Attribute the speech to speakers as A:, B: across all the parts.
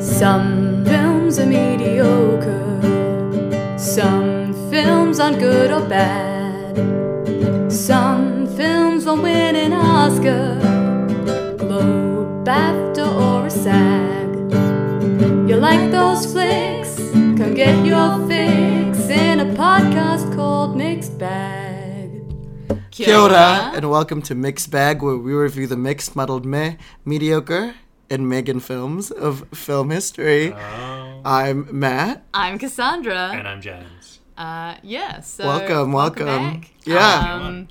A: Some films are mediocre, some films aren't good or bad, some films won't win an Oscar, Globe, BAFTA, or a SAG. You like those flicks? Come get your fix in a podcast called Mixed Bag.
B: Kia ora, and welcome to Mixed Bag, where we review the mixed, muddled, meh, mediocre, and Megan films of film history.
C: Uh,
B: Oh. I'm Matt.
A: I'm Cassandra.
C: And I'm James.
A: Uh, yeah, so
B: welcome, welcome.
A: back.
B: Yeah,
A: Um,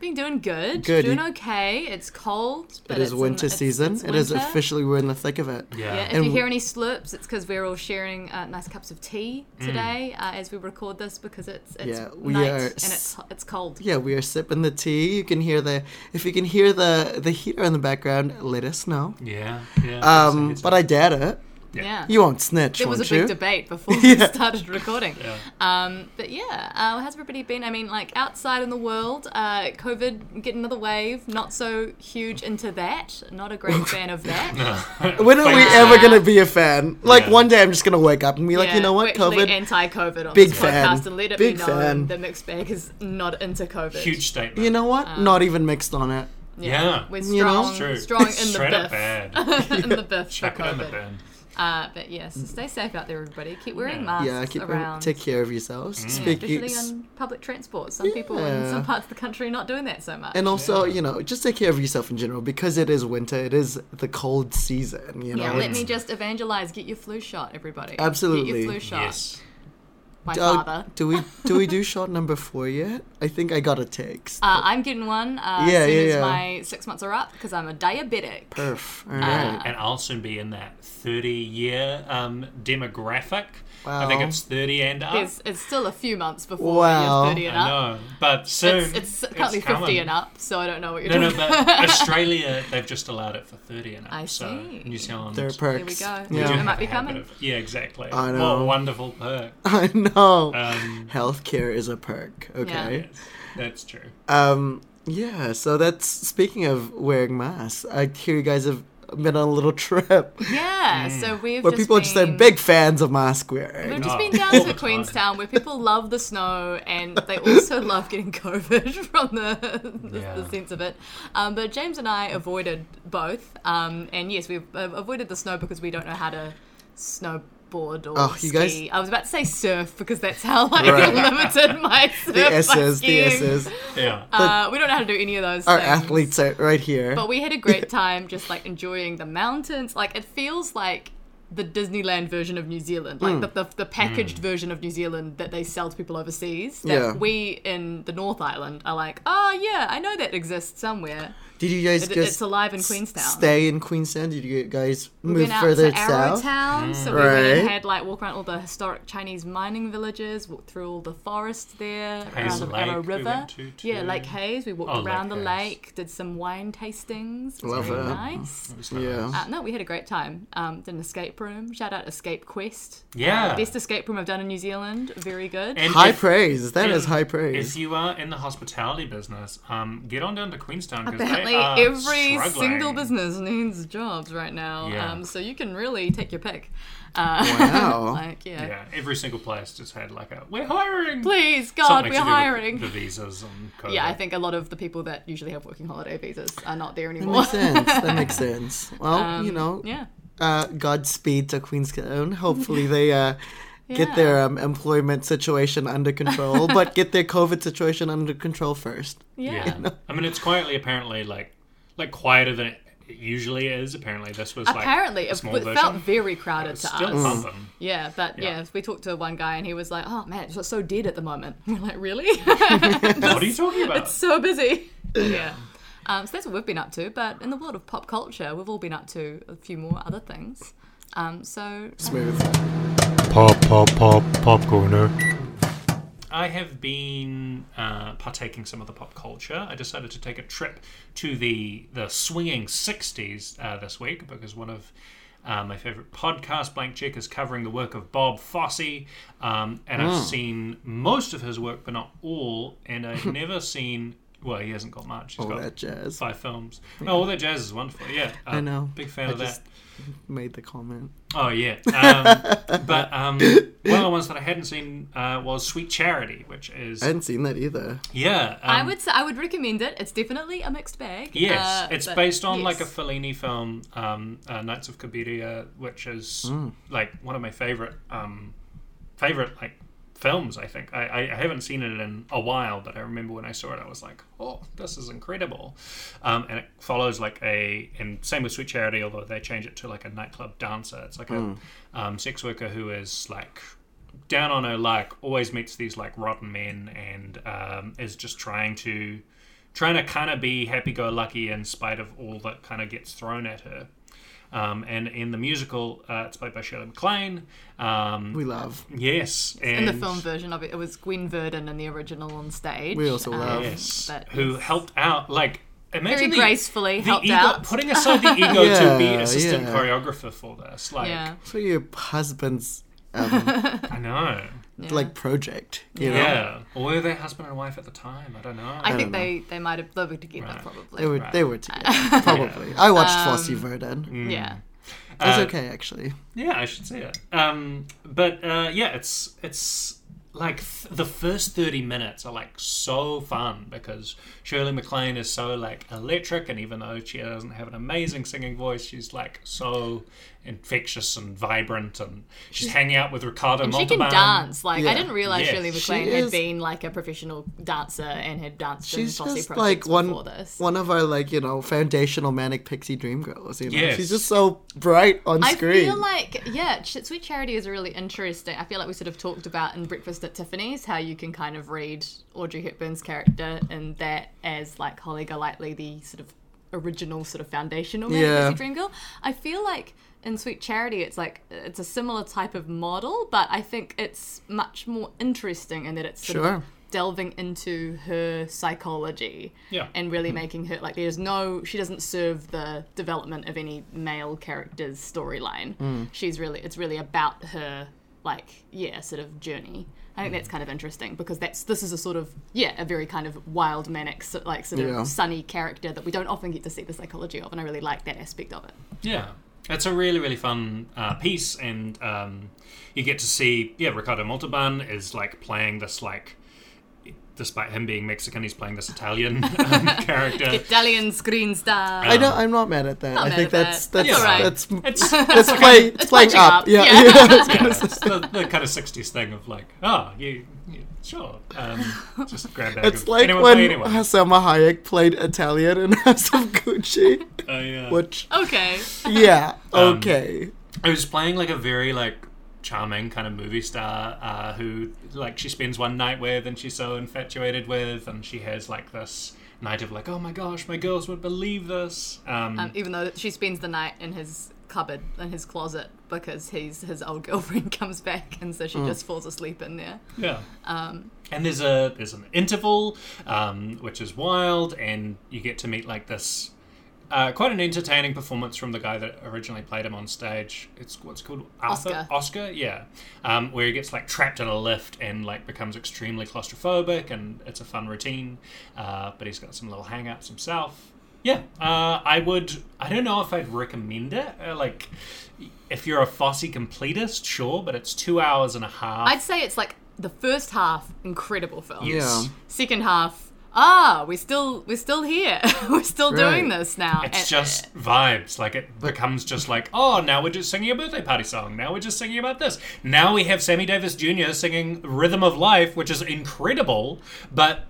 A: been doing good.
B: Good.
A: Doing okay. It's cold. But
B: it is
A: it's in-
B: winter
A: it's-
B: season.
A: It's
B: It is
A: winter.
B: officially we're in the thick of it.
C: Yeah.
A: Yeah, if
B: And
A: you
B: w-
A: hear any slurps, it's because we're all sharing uh, nice cups of tea today uh, as we record this because it's, it's
B: Mm. Yeah, we
A: night
B: are
A: and it's
B: s-
A: it's cold.
B: Yeah, we are sipping the tea. You can hear the if you can hear the the heater in the background. Let us know.
C: Yeah. yeah
B: Um, but I doubt it.
A: Yeah.
B: You won't snitch,
A: There
B: won't
A: was a big
B: you?
A: debate before we
B: Yeah.
A: started recording.
C: Yeah.
A: Um, but yeah, uh, how's everybody been? I mean, like outside in the world, uh, COVID getting another wave. Not so huge into that. Not a great fan of that.
B: when are we
A: Thanks.
B: ever gonna be a fan? Like
C: Yeah.
B: one day, I'm just gonna wake up and be like,
A: Yeah,
B: you know what,
A: we're actually
B: COVID.
A: anti-COVID on
B: Big
A: this
B: fan.
A: podcast, and let it
B: Big
A: be known
B: fan.
A: that mixed bag is not into COVID.
C: Huge statement.
B: You know what?
A: Um,
B: Not even mixed on it.
C: yeah.
A: We're
B: You know?
A: strong,
C: True.
A: strong in the
C: Straight up
A: biff,
C: bad.
A: in the biff for
C: Chuck it in the
A: COVID.
C: bin.
A: Uh, but yes, stay safe out there, everybody. Keep wearing
C: Yeah.
A: masks
B: Yeah, keep uh,
A: around.
B: take care of yourselves.
A: Yeah,
B: Speak
A: especially on public transport. Some people in
B: Yeah.
A: some parts of the country not doing that so much.
B: And also, you know, just take care of yourself in general because it is winter. It is the cold season. You know,
A: yeah, let
B: It's-
A: me just evangelize. Get your flu shot, everybody. Get
B: Absolutely.
A: your flu shot.
C: Yes.
A: My
B: Uh,
A: father.
B: do we do we do shot number four yet? I think I got a text.
A: Uh, I'm getting one uh,
B: Yeah,
A: as soon
B: yeah,
A: as
B: yeah.
A: my six months are up because I'm a diabetic.
B: Perf.
A: uh,
B: All right.
C: And I'll soon be in that 30 year um, demographic. I
B: Wow.
C: think it's 30 and up.
A: There's, it's still a few months before
B: Wow.
A: you're 30 and
C: I
A: up.
C: know. But soon.
A: It's, it's currently 50
C: coming.
A: and up, so I don't know what you're
C: No, no,
A: doing.
C: but Australia, they've just allowed it for 30 and up.
A: I
C: So
A: see.
C: New Zealand.
B: There are
A: Here we
B: perks.
A: go.
C: we do
A: It
B: Yeah.
A: might
C: have
A: be
C: a habit
A: coming.
C: of- yeah, exactly.
B: I
C: What
B: know.
C: a wonderful perk.
B: I know.
C: Um,
B: Healthcare is a perk. Okay.
C: yes, that's true.
B: Um. Yeah. So that's speaking of wearing masks. I hear you guys have been on a little trip
A: Yeah,
C: Hmm.
A: so we've
B: where
A: just
B: people are
A: been,
B: just like big fans of mask wearing.
A: We've just
C: Oh,
A: been
C: all
A: down
C: the
A: to
C: time.
A: Queenstown where people love the snow and they also love getting COVID from the, the,
C: Yeah.
A: the sense of it. Um, but James and I avoided both. Um, and yes, we've uh, avoided the snow because we don't know how to snowboard or
B: Oh, you guys-
A: ski. I was about to say surf because that's how like
B: Right.
A: limited my surf
B: The
A: by
B: S's. The
A: skiing.
B: S's.
C: Yeah.
A: Uh, we don't know how to do any of those.
B: Our
A: things.
B: athletes are right here.
A: But we had a great time just like enjoying the mountains. Like it feels like the Disneyland version of New Zealand,
B: Hmm.
A: like the, the, the packaged
C: Hmm.
A: version of New Zealand that they sell to people overseas. That
B: Yeah.
A: we in the North Island are like, oh yeah, I know that exists somewhere.
B: Did you guys
A: It,
B: just
A: it's alive in
B: s-
A: Queenstown.
B: Stay in Queenstown. Did you guys
A: We
B: move
A: went out
B: further
A: to
B: south?
A: Arrowtown, so we went
C: Hmm.
A: and
B: Right.
A: had like walk around all the historic Chinese mining villages, walked through all the forest there, around
C: Hayes
A: the
C: Lake
A: Arrow
C: we
A: River.
C: went to,
A: Yeah,
C: too.
A: Lake Hayes. We walked
C: Oh, Lake
A: around the
C: Hayes.
A: lake, did some wine tastings. It was
B: Love
A: really
B: it.
A: nice.
B: Yeah.
A: Uh, no, we had a great time. Um, did an escape room. Shout out Escape Quest.
C: Yeah.
A: Best escape room I've done in New Zealand. Very good.
C: Oh. And
B: High
C: if-
B: praise. That
C: and
B: is
A: Mm.
B: high praise.
C: If you are in the hospitality business, um, get on down to Queenstown because
A: Apparently,
C: they are
A: every
C: struggling.
A: single business needs jobs right now.
C: Yeah.
A: Um, so you can really take your pick. Uh,
B: Wow.
A: like, yeah.
C: Yeah, every single place just had like a we're hiring.
A: Please, God,
C: Something
A: we're
C: to do with
A: hiring.
C: the visas and COVID.
A: yeah, I think a lot of the people that usually have working holiday visas are not there
B: That
A: anymore. Um,
B: makes sense. That makes sense. Well, you know,
A: yeah.
B: uh, Godspeed to Queenstown. Hopefully they uh,
A: Yeah.
B: get their um, employment situation under control, but get their COVID situation under control first.
A: Yeah.
C: Yeah, I mean it's quietly apparently like like quieter than it usually is. Apparently, this was like
A: Apparently,
C: a
A: it,
C: small
A: it
C: version.
A: felt very crowded
C: It's
A: to
C: still
A: us.
C: pumping.
A: Yeah, but yeah.
C: Yeah.
A: we talked to one guy and he was like, "Oh man, it's so dead at the moment." We're like, "Really?
C: What are you talking about?
A: so busy." yeah. Um, so that's what we've been up to. But in the world of pop culture, we've all been up to a few more other things. Um, so
B: Smooth.
D: Pop, pop, pop, pop corner.
C: I have been uh, partaking some of the pop culture. I decided to take a trip to the the swinging '60s uh, this week because one of uh, my favorite podcast, Blank Check, is covering the work of Bob Fosse,
B: Hmm.
C: um, and I've seen most of his work, but not all. And I've never seen Well, he hasn't got much. He's
B: all
C: got
B: that jazz.
C: five films. No, all that jazz is wonderful. Yeah,
B: I
C: um,
B: know.
C: Big fan
B: I
C: of
B: just
C: that.
B: Made the comment.
C: Oh yeah. Um, but um, one of the ones that I hadn't seen uh, was Sweet Charity, which is
B: I hadn't seen that either.
C: yeah. Um,
A: I would say, I would recommend it. It's definitely a mixed bag.
C: Yes,
A: uh,
C: it's
A: but
C: based on
A: yes.
C: like a Fellini film, um, uh, Knights of Cabiria, which is like one of my favorite um, favorite like films. I think I, I, I haven't seen it in a while, but I remember when I saw it, I was like, "Oh, this is incredible!" Um, and it follows like a and same with Sweet Charity, although they change it to like a nightclub dancer. It's like a um, sex worker who is like down on her luck, always meets these like rotten men, and um, is just trying to trying to kind of be happy-go-lucky in spite of all that kind of gets thrown at her. Um, and in the musical, uh, it's played by Shirley MacLaine. Um,
B: We love.
C: yes,
A: in
C: and
A: the film version of it, it was Gwen Verdon in the original on stage.
B: We also love.
C: yes,
A: but
C: who
A: yes.
C: helped out like
A: very
C: imagine the-
A: gracefully
C: the
A: helped
C: ego,
A: out.
C: putting aside the ego to be
B: Yeah,
C: assistant
B: yeah.
C: choreographer for this. Like
A: yeah,
B: So your husband's um,
C: I know,
A: yeah.
B: like project, you know.
C: yeah, or were they husband and wife at the time? I don't know.
A: I, think
B: don't know.
A: they they might have they were together probably.
B: They were they were together probably. I watched
A: Um,
B: Flossie Verdon.
C: Mm.
A: yeah.
B: It
C: Uh,
B: was okay actually.
C: Yeah, I should say it. Um, but uh, yeah, it's it's like th- the first thirty minutes are like so fun because Shirley MacLaine is so like electric, and even though she doesn't have an amazing singing voice, she's like so infectious and vibrant, and she's hanging out with Ricardo
A: And she
C: Montalban.
A: can dance. Like I
B: Yeah.
A: didn't realize
C: Yes.
A: Shirley
C: She
A: MacLaine had
B: is-
A: been like a professional dancer and had danced
B: She's
A: in Fosse
B: just like
A: projects
B: one
A: before this.
B: one of our like you know foundational manic pixie dream girls. You know,
C: Yes.
B: she's just so bright on
A: I
B: screen.
A: feel like yeah, Ch- Sweet Charity is really interesting. I feel like we sort of talked about in Breakfast at Tiffany's how you can kind of read Audrey Hepburn's character and that as like Holly Golightly, the sort of original sort of foundational man
B: Yeah.
A: yeah. Dream Girl. I feel like in Sweet Charity, it's like it's a similar type of model, but I think it's much more interesting in that it's sort
B: Sure.
A: of delving into her psychology
C: Yeah.
A: and really making her like there's no she doesn't serve the development of any male character's storyline she's really it's really about her like yeah sort of journey i think that's kind of interesting because that's this is a sort of yeah a very kind of wild manic so- like sort
B: Yeah.
A: of sunny character that we don't often get to see the psychology of and i really like that aspect of it
C: Yeah, it's a really really fun uh, piece, and um, you get to see yeah Ricardo Montalban is like playing this like. Despite him being Mexican, he's playing this Italian um, character.
A: italian screen star
B: I don't. I'm not mad at that. I
A: mad
B: think
A: at that.
B: that's
A: That's
B: that's
A: alright.
B: that's
C: It's
B: that's play it's playing
A: punching
B: up.
A: up,
B: Yeah.
A: yeah.
B: yeah. it's
C: yeah, it's the, the kind of '60s thing of like, oh, you, you sure, um, just grab that.
B: It's like
C: anyone
B: when
C: play anyone.
B: Selma Hayek played Italian in House of Gucci,
C: Oh, yeah.
B: which
A: okay
B: yeah,
C: Um,
B: okay,
C: I was playing like a very like charming kind of movie star uh, who like she spends one night with and she's so infatuated with, and she has like this night of like, oh my gosh, my girls would believe this. Um,
A: um, even though she spends the night in his cupboard in his closet because he's his old girlfriend comes back and so
C: Mm.
A: she just falls asleep in there
C: Yeah. Um, and there's a there's an interval, um, which is wild, and you get to meet like this. Uh, quite an entertaining performance from the guy that originally played him on stage. It's what's called Arthur
A: Oscar.
C: Oscar, yeah, um, where he gets like trapped in a lift and like becomes extremely claustrophobic, and it's a fun routine. Uh, but he's got some little hang-ups himself. Yeah, uh, I would. I don't know if I'd recommend it. Uh, like, if you're a Fosse completist, sure, but it's two hours and a half.
A: I'd say it's like the first half, incredible film.
B: yeah.
A: Second half, ah, we're still we're still here. we're still doing
B: Right.
A: this now.
C: It's
A: And- uh,
C: just vibes. Like it becomes just like, oh, now we're just singing a birthday party song. Now we're just singing about this. Now we have Sammy Davis Jr. singing "Rhythm of Life," which is incredible, but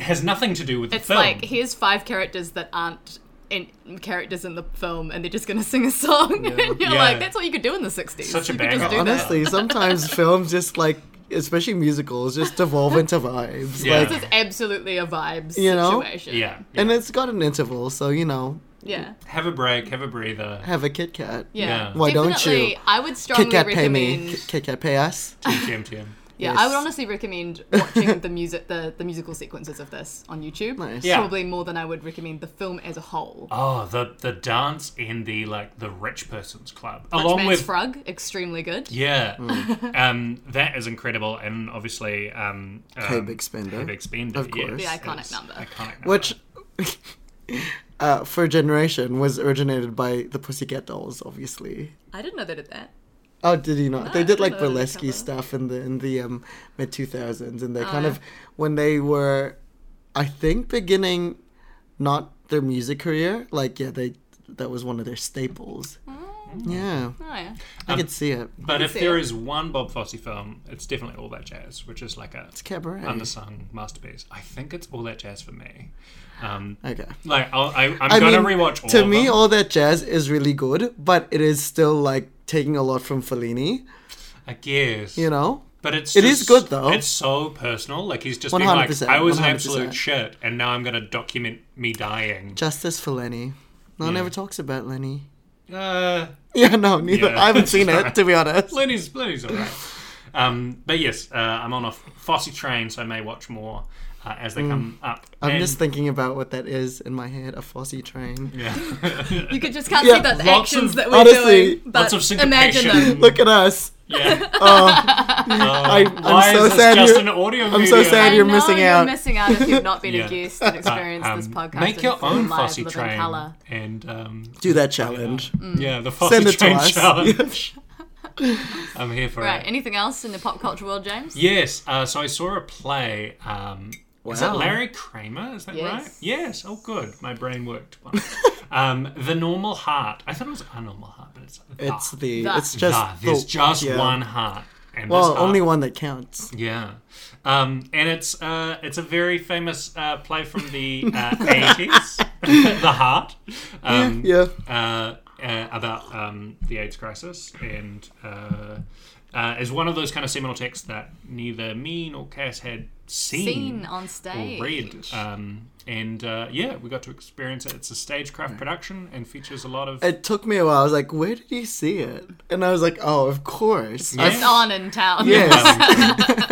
C: has nothing to do with the
A: it's
C: film.
A: like here's five characters that aren't in, characters in the film, and they're just gonna sing a song. and you're
C: Yeah.
A: like, that's what you could do in the '60s.
C: Such a
A: you could just
C: banger.
A: do that.
B: Honestly, sometimes films just like, especially musicals, just devolve into vibes.
C: Yeah.
B: Like,
A: This is absolutely a vibes
B: You know?
A: situation.
C: yeah, yeah.
B: and it's got an interval, so you know,
A: Yeah.
C: have a break, have a breather.
B: have a Kit Kat.
A: Yeah.
C: Yeah.
B: Why don't you?
A: Definitely, I would strongly
B: Kit Kat pay
A: recommend.
B: me. Kit Kat pay us.
C: TM, TM.
A: Yeah, I
B: Yes.
A: would honestly recommend watching the music, the, the musical sequences of this on YouTube.
B: Nice.
C: Yeah.
A: Probably more than I would recommend the film as a whole.
C: Oh, the the dance in the like the rich person's club,
A: Rich
C: along
A: Man's
C: with
A: Frog, extremely good.
C: yeah,
B: Mm.
C: um, that is incredible, and obviously um, um
B: Hey, Big Spender.
C: Hey, Big Spender,
B: Of course.
C: yes,
A: The iconic
C: it's
A: number.
C: iconic number.
B: Which, uh, for a generation, was originated by the Pussycat Dolls, obviously.
A: I didn't know they did that.
B: Oh, did he not? they did like
A: I don't know
B: burlesque
A: the cover.
B: stuff in the in the um, mid two thousands, and they
A: Oh,
B: kind of when they were, I think, beginning not their music career. Like, yeah, they that was one of their staples.
A: Mm.
B: Yeah,
A: Oh yeah.
B: I could see it.
C: But if
A: see
C: there
A: it.
C: is one Bob Fosse film, it's definitely All That Jazz, which is like a
B: It's cabaret.
C: undersung masterpiece. I think it's All That Jazz for me. Um,
B: Okay.
C: like I'll, I, I'm
B: Uh, I
C: gonna
B: mean,
C: rewatch all
B: to
C: of
B: me,
C: them.
B: all that jazz is really good, but it is still like taking a lot from Fellini.
C: I guess
B: You know,
C: But it's
B: It is
C: just-
B: good, though.
C: It's so personal. Like he's just been like,
B: 100%,
C: I was an
B: 100%.
C: absolute shit, and now I'm going to document me dying.
B: Justice for Lenny. No one
C: Yeah.
B: ever talks about Lenny.
C: Uh,
B: Yeah, no, neither.
C: Yeah.
B: I haven't seen it to be honest.
C: Lenny's Lenny's alright. Um, but yes, uh, I'm on a Fosse train, so I may watch more uh, as they
B: Mm.
C: come up.
B: I'm
C: And-
B: just thinking about what that is in my head. A Fosse train.
C: yeah.
A: You could just can't
B: Yeah,
A: see that the
C: lots
A: actions
C: of-
A: that we're
B: honestly,
A: doing, but
C: lots of syncopation.
A: imagine them.
B: Look at us.
C: yeah.
B: Oh,
C: Oh.
B: I, I'm
C: Why
B: so
C: is this
B: sad.
C: just
B: you
C: an audio
B: I'm so
C: medium?
B: sad
A: I
B: you're
A: know
B: missing out.
A: You're missing out if you've not been
C: Yeah.
A: a guest and experienced
C: Um,
A: this podcast.
C: Make your
A: in Mm. full
C: own
A: live,
C: Fosse
A: living
C: train
A: Color.
C: and um,
B: Do that challenge.
C: yeah, the Fosse
B: Send it to
C: train
B: us.
C: challenge. I'm here for
A: Right.
C: it.
A: Anything else in the pop culture world, James?
C: Yes. Uh, so I saw a play. Um, Is that
B: Wow.
C: Larry Kramer? Is that
A: Yes.
C: right? Yes. Oh, good. My brain worked. once. um, the Normal Heart. I thought it was a normal heart, but it's the.
B: It's the.
A: That-
B: It's just.
C: Ah, there's
B: the-
C: just
B: yeah.
C: one heart. And this
B: Well,
C: heart-
B: only one that counts.
C: Yeah, um, and it's uh, it's a very famous uh, play from the uh, eighties, The Heart. Um,
B: Yeah.
C: uh, uh, about um, the AIDS crisis, and uh, uh, is one of those kind of seminal texts that neither me nor Cass had seen,
A: Seen on
C: or
A: stage.
C: read. Um, and uh, yeah, we got to experience it. It's a stagecraft production and features a lot of.
B: It took me a while. I was like, "Where did you see it?" And I was like, "Oh, of course."
C: Yeah.
A: It's on in town.
B: Yes.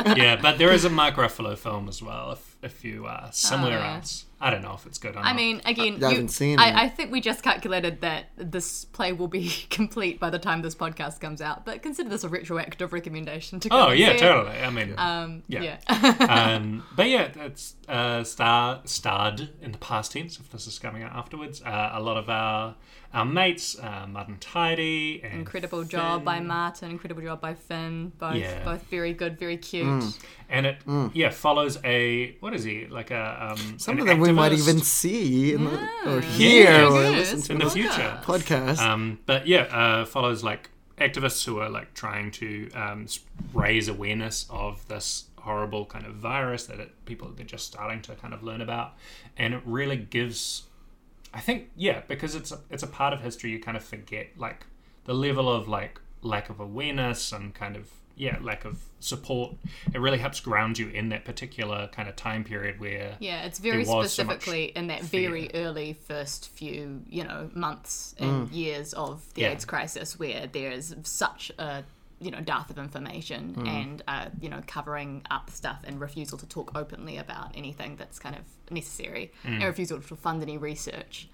C: Um, yeah, but there is a Mark Ruffalo film as well. If if you are somewhere
A: yeah.
C: else, I don't know if it's good. Or
A: Uh. I mean, again,
B: I
A: you-
B: haven't seen it.
A: I, I think we just calculated that this play will be complete by the time this podcast comes out. But consider this a retroactive recommendation to. go
C: Oh
A: and
C: yeah,
A: see it.
C: totally. I mean,
A: Um,
C: Yeah.
A: yeah.
C: um, but yeah, that's uh, star starred in the past tense. If this is coming out afterwards, uh, a lot of our our mates, uh, Mud and Tidy, and
A: incredible job by Martin. Incredible job by Finn. Both
C: Yeah. Mm.
A: both very good, very cute.
C: and it yeah follows a what is he like a um,
B: Mm. Some
C: an
B: of them we might
C: activist
B: even see in the, or hear
C: Yeah,
B: or
A: yes.
B: listen to
C: in
B: in
C: the
A: Podcast.
C: future.
B: podcast.
C: Um, but yeah, uh, follows like activists who are like trying to um, s- raise awareness of this horrible kind of virus that it, people they're just starting to kind of learn about, and it really gives, I think, yeah, because it's a, it's a part of history you kind of forget like the level of like lack of awareness and kind of yeah lack of support. It really helps ground you in that particular kind of time period where
A: Yeah, it's very
C: There was so much
A: specifically in that very early first few, you know, months and years of the
C: Mm. Yeah.
A: AIDS crisis where there is such a, you know, dearth of information
C: Mm.
A: and, uh, you know, covering up stuff and refusal to talk openly about anything that's kind of necessary
C: Mm.
A: and refusal to fund any research,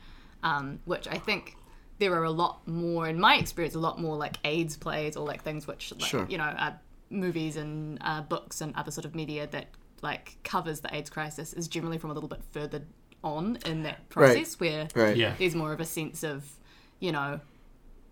A: um, which I think there are a lot more, in my experience, a lot more like AIDS plays or like things which, like,
B: Sure.
A: you know, uh, movies and uh, books and other sort of media that like covers the AIDS crisis is generally from a little bit further on in that process where
B: right.
C: yeah
A: there's more of a sense of, you know,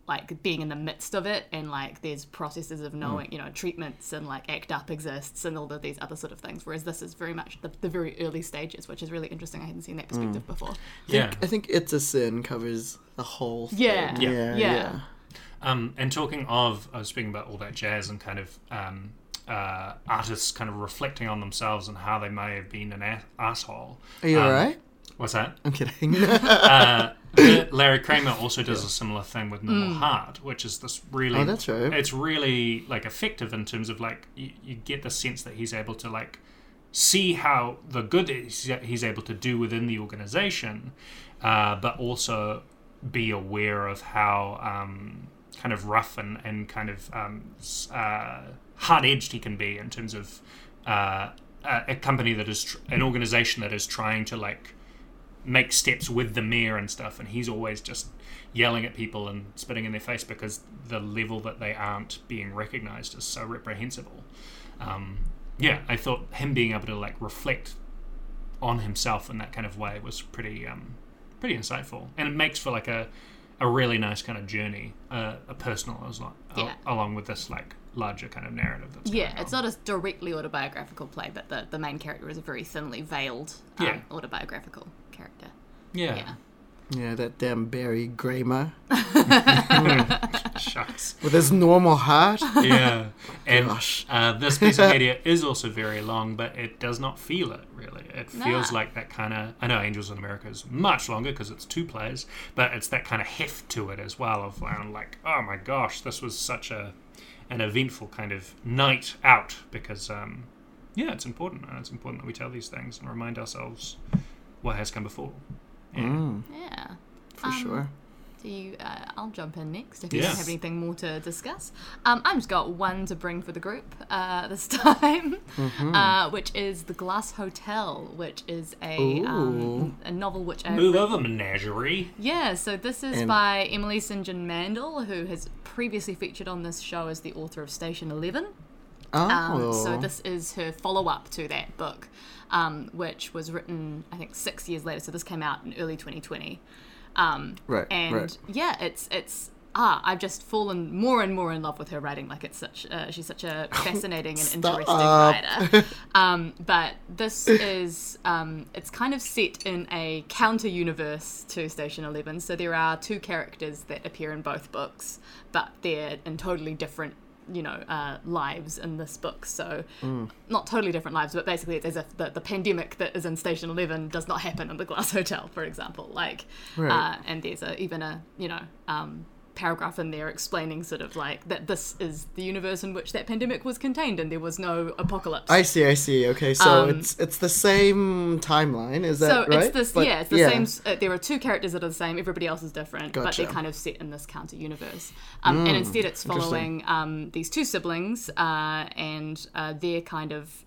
A: like being in the midst of it and like there's processes of
B: Mm.
A: knowing, you know, treatments and like ACT UP exists and all of these other sort of things. Whereas this is very much the, the very early stages, which is really interesting. I hadn't seen that perspective
B: Mm.
A: before.
C: yeah.
B: I think it's a sin covers the whole. Thing.
A: Yeah.
C: Yeah.
B: Yeah.
A: Yeah.
B: yeah.
C: Um, and talking of, I was speaking about all that jazz and kind of um, uh, artists kind of reflecting on themselves and how they may have been an a- asshole.
B: Are you
C: Um,
B: alright?
C: What's that?
B: I'm kidding.
C: Uh, Larry Kramer also does a similar thing with Normal Heart, which is this really.
B: Oh, that's right.
C: It's really like effective in terms of like you, you get the sense that he's able to like see how the good that he's, he's able to do within the organization, uh, but also be aware of how um, kind of rough and, and kind of um, s- uh, hard edged he can be in terms of uh, a, a company that is tr- an organization that is trying to like make steps with the mayor and stuff, and he's always just yelling at people and spitting in their face because the level that they aren't being recognized is so reprehensible. Um, yeah, I thought him being able to like reflect on himself in that kind of way was pretty um, pretty insightful, and it makes for like a a really nice kind of journey, uh, a personal as lo- al-
A: Yeah.
C: along with this like larger kind of narrative. That's
A: Yeah, it's not a directly autobiographical play, but the, the main character is a very thinly veiled um,
C: Yeah.
A: autobiographical character.
C: yeah.
A: yeah.
B: Yeah, that damn Barry Gramer
C: Shucks.
B: with his normal heart.
C: yeah. And
B: Gosh.
C: uh, this piece of media is also very long, but it does not feel it really. It feels
A: Nah.
C: like that kind of. I know Angels in America is much longer because it's two plays, but it's that kind of heft to it as well. Of um, like, oh my gosh, this was such a an eventful kind of night out because um, yeah, it's important. And it's important that we tell these things and remind ourselves what has come before. Yeah.
A: Yeah.
B: For
A: Um,
B: sure.
A: Do you, uh, I'll jump in next if you
C: Yes.
A: don't have anything more to discuss. Um, I've just got one to bring for the group uh, this time,
B: Mm-hmm.
A: uh, which is The Glass Hotel, which is a, um, a novel which I
C: Move over, menagerie.
A: Yeah, so this is
B: And-
A: by Emily St. John Mandel, who has previously featured on this show as the author of Station 11.
B: Oh,
A: Um, so this is her follow-up to that book, um, which was written, I think, six years later. So this came out in early 2020. Um,
B: Right,
A: And
B: right.
A: yeah, it's it's ah, I've just fallen more and more in love with her writing. Like it's such uh, she's such a fascinating and interesting
B: Stop.
A: writer. Um, but this is um, it's kind of set in a counter universe to Station Eleven. So there are two characters that appear in both books, but they're in totally different you know uh, lives in this book so not totally different lives but basically it's as if the, the pandemic that is in station 11 does not happen in the glass hotel for example like
B: Right.
A: uh, and there's a, even a you know um, paragraph in there explaining sort of like that this is the universe in which that pandemic was contained and there was no apocalypse
B: I see, I see. Okay, so it's it's the same timeline, is that
A: Um, so
B: right?
A: it's this
B: But-
A: yeah it's the same s- uh, there are two characters that are the same everybody else is different but
B: Gotcha.
A: they're
B: Hmm,
A: kind of set in this counter universe um, and instead it's following um, these two siblings uh, and uh, they're kind of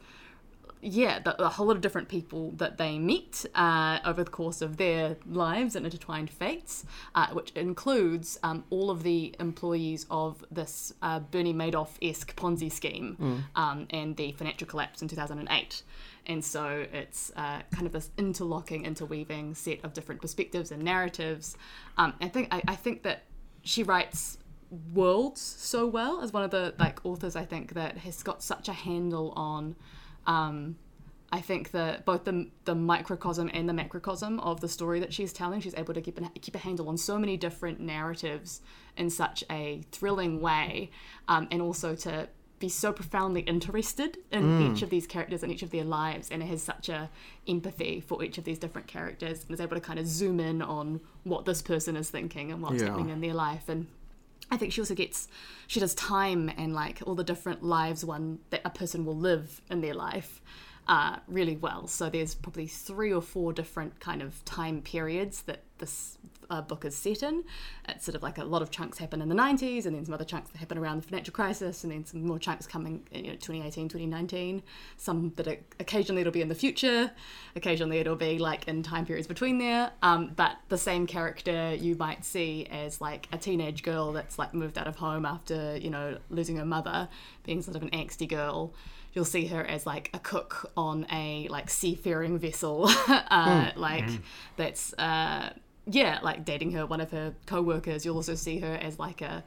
A: yeah, the, a whole lot of different people that they meet uh, over the course of their lives and intertwined fates, uh, which includes um, all of the employees of this uh, Bernie Madoff esque Ponzi scheme um, and the financial collapse in 2008. And so it's uh, kind of this interlocking, interweaving set of different perspectives and narratives. Um, I think I, I think that she writes worlds so well as one of the like authors I think that has got such a handle on um, I think that both the the microcosm and the macrocosm of the story that she's telling, she's able to keep an, keep a handle on so many different narratives in such a thrilling way, um, and also to be so profoundly interested in each of these characters and each of their lives, and it has such a empathy for each of these different characters, and is able to kind of zoom in on what this person is thinking and what's
B: Yeah.
A: happening in their life, and I think she also gets she does time and like all the different lives one that a person will live in their life uh, really well. So there's probably three or four different kind of time periods that this uh, book is set in. It's sort of like a lot of chunks happen in the 90s, and then some other chunks that happen around the financial crisis, and then some more chunks coming in you know, 2018, 2019. Some that are, occasionally it'll be in the future, occasionally it'll be like in time periods between there. Um, but the same character you might see as like a teenage girl that's like moved out of home after you know losing her mother, being sort of an angsty girl. You'll see her as like a cook on a like seafaring vessel, uh, like that's. Uh, yeah, like dating her, one of her co-workers. You'll also see her as like a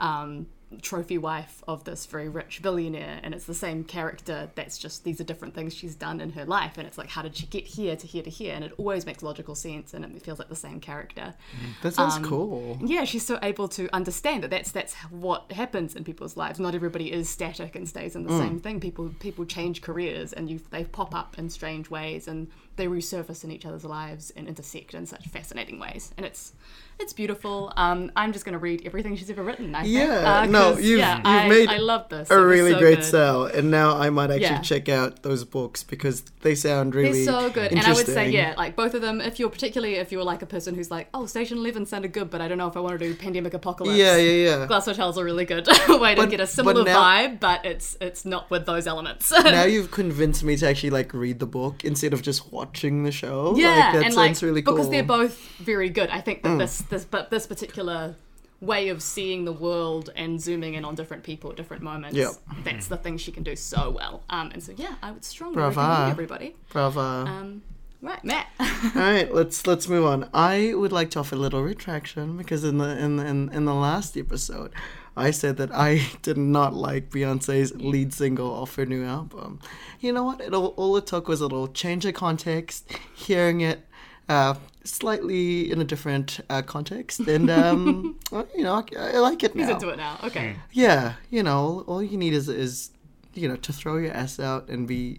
A: um, trophy wife of this very rich billionaire, and it's the same character. That's just these are different things she's done in her life, and it's like how did she get here to here to here? And it always makes logical sense, and it feels like the same character.
B: That
A: um,
B: sounds cool.
A: Yeah, she's so able to understand that that's that's what happens in people's lives. Not everybody is
B: Mm.
A: static and stays in the same thing. People people change careers and you they pop up in strange ways and they resurface in each other's lives and intersect in such fascinating ways. And it's it's beautiful. Um, I'm just going to read everything she's ever written. I think.
B: Yeah,
A: Uh,
B: no,
A: 'cause,
B: you've-
A: yeah,
B: you've
A: I,
B: made
A: I love this. It
B: a
A: was
B: really
A: so
B: great
A: good.
B: sell. And now I might actually
A: Yeah.
B: check out those books because they sound really
A: They're so good.
B: Interesting.
A: And I would say, yeah, like both of them, if you're particularly if you're like a person who's like, oh, Station 11 sounded good, but I don't know if I want to do Pandemic Apocalypse.
B: yeah, yeah, yeah.
A: Glass Hotel's a really good way to
B: But-
A: get a
B: but
A: similar
B: now-
A: vibe, but it's it's not with those elements.
B: now you've convinced me to actually like read the book instead of just watching the show.
A: yeah,
B: like, that
A: and
B: sounds
A: like
B: really cool. Mm.
A: because they're both very good. I think that this this but this particular way of seeing the world and zooming in on different people at different moments.
B: Yep.
A: That's the thing she can do so well. Um, and so yeah, I would strongly
B: Brava.
A: recommend everybody.
B: Bravo.
A: Um, right, Matt.
B: All right, let's let's move on. I would like to offer a little retraction because in the in the, in, in the last episode, I said that I did not like Beyonce's lead single off her new album. You know what? It all, all it took was a little change of context, hearing it uh, slightly in a different uh, context, and um, well, you know, I, I like it now.
A: He's into it now. Okay.
B: Yeah, you know, all you need is is you know to throw your ass out and be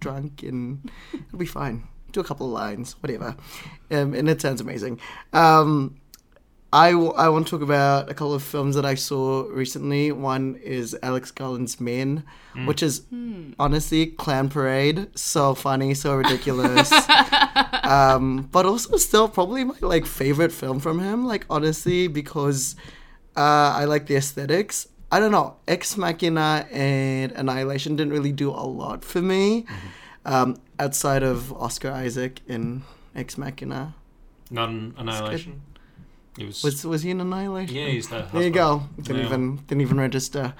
B: drunk and it'll be fine. Do a couple of lines, whatever, um, and it sounds amazing. Um, I, w- I want to talk about a couple of films that I saw recently. One is Alex Garland's Men, which is honestly Clan Parade. So funny, so ridiculous. um, but also still probably my like favorite film from him. Like honestly, because uh, I like the aesthetics. I don't know. Ex Machina and Annihilation didn't really do a lot for me, um, outside of Oscar Isaac in Ex Machina.
C: Not an annihilation. It was.
B: Was was he in Annihilation?
C: yeah, he's the.
B: There you
C: husband.
B: go. Didn't
C: Yeah.
B: even didn't even register.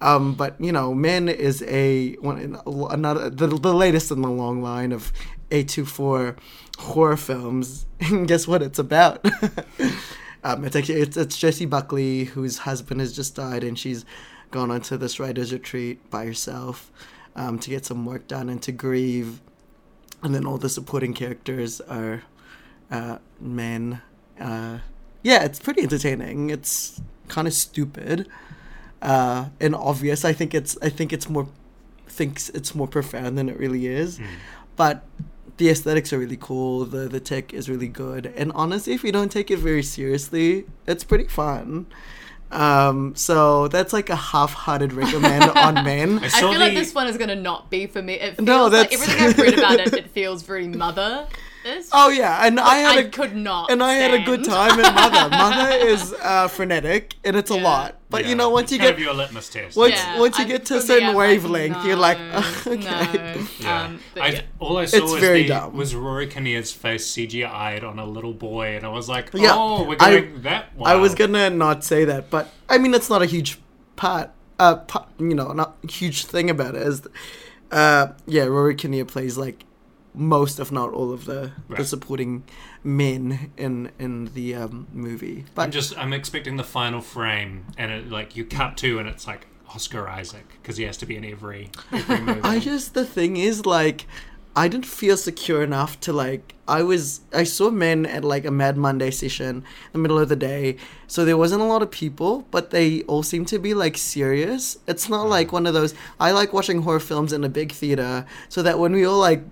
B: Um, but you know, Men is a one another the, the latest in the long line of A24 horror films. And guess what it's about? um, it's actually it's, it's Jessie Buckley whose husband has just died and she's gone onto this writer's retreat by herself um, to get some work done and to grieve and then all the supporting characters are uh, men. Uh, yeah, it's pretty entertaining. It's kind of stupid uh, and obvious. I think it's I think it's more thinks it's more profound than it really is, but the aesthetics are really cool. The the tech is really good, and honestly, if you don't take it very seriously, it's pretty fun. Um, so that's like a half-hearted recommend on men.
C: I
A: I
C: saw
A: feel like
C: the-
A: this one is going to not be for me. It feels
B: No,
A: like
B: that's-
A: everything I've read about it, it feels very mother ish.
B: Oh yeah, and I had
A: I
B: a
A: could not.
B: and I had a good
A: stand.
B: time at Mother. Mother is uh, frenetic, and it's a lot. But you
C: Yeah.
B: know, once
C: It's
B: you
C: kind
B: get
C: of your litmus test.
B: once,
A: Yeah,
B: once you
A: I-
B: get
A: for
B: to a
A: me,
B: certain
A: I'm like,
B: wavelength, you're like,
A: no,
B: "Ugh, okay.
A: No.
C: Yeah.
A: Um, but
C: I,
A: yeah.
C: All I saw
B: It's
C: was,
B: very
C: the,
B: dumb.
C: was Rory Kinnear's face CGI'd on a little boy, and I was like, oh,
B: Yeah,
C: we're
B: I-
C: going that way.
B: I was gonna not say that, but I mean, it's not a huge part. Uh, part, you know, not huge thing about it is, uh, yeah, Rory Kinnear plays like most, if not all, of the the
C: Right.
B: supporting men in in the um, movie. But
C: I'm just, I'm expecting the final frame, and it, like you cut to, and it's like Oscar Isaac, because he has to be in every, every movie.
B: I just the thing is like I didn't feel secure enough to like I was I saw men at like a Mad Monday session in the middle of the day. So there wasn't a lot of people, but they all seemed to be like serious. It's not like one of those I like watching horror films in a big theater so that when we all like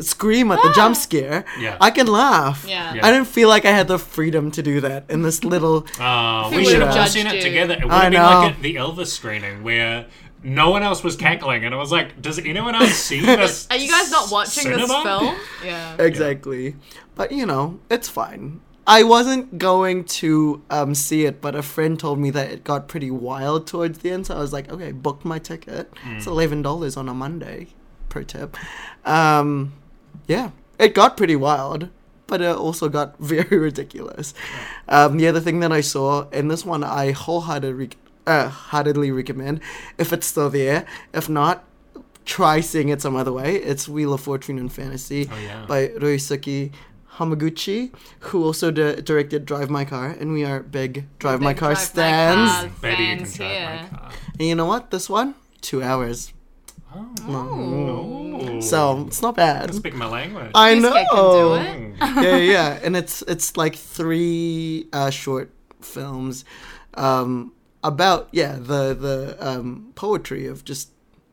B: scream at the jump scare,
C: Yeah.
B: I can laugh.
A: Yeah.
C: Yeah.
B: I didn't feel like I had the freedom to do that in this little
C: Uh,
A: we
C: we should
B: would've
C: have
A: judged
C: seen it
A: you.
C: together. It would
B: I
C: have been like
B: know.
C: at the Elvis screening where no one else was cackling, and I was like, "Does anyone else see this?
A: Are you guys not watching this
C: cinema?
A: film? Yeah.
B: Exactly. But you know, it's fine. I wasn't going to um, see it, but a friend told me that it got pretty wild towards the end, so I was like, okay, book my ticket. It's eleven dollars on a Monday. Pro tip. Um, yeah, it got pretty wild, but it also got very ridiculous. Um, the other thing that I saw, and this one I wholeheartedly, uh, heartedly recommend, if it's still there. If not, try seeing it some other way. It's Wheel of Fortune and Fantasy
A: Oh,
C: yeah.
B: by Roisuke Hamaguchi, who also di- directed Drive My Car, and we are big Drive My Car
A: Drive My
B: stands.
A: Car.
C: Betty, you can
A: Fans
C: drive
A: here.
C: my car.
B: And you know what? This one, two hours.
C: Ooh.
B: So it's not bad.
C: speaking my language.
B: I know.
A: Yusuke can do
B: yeah,
A: it.
B: yeah, yeah. And it's it's like three uh, short films um, about yeah the the um, poetry of just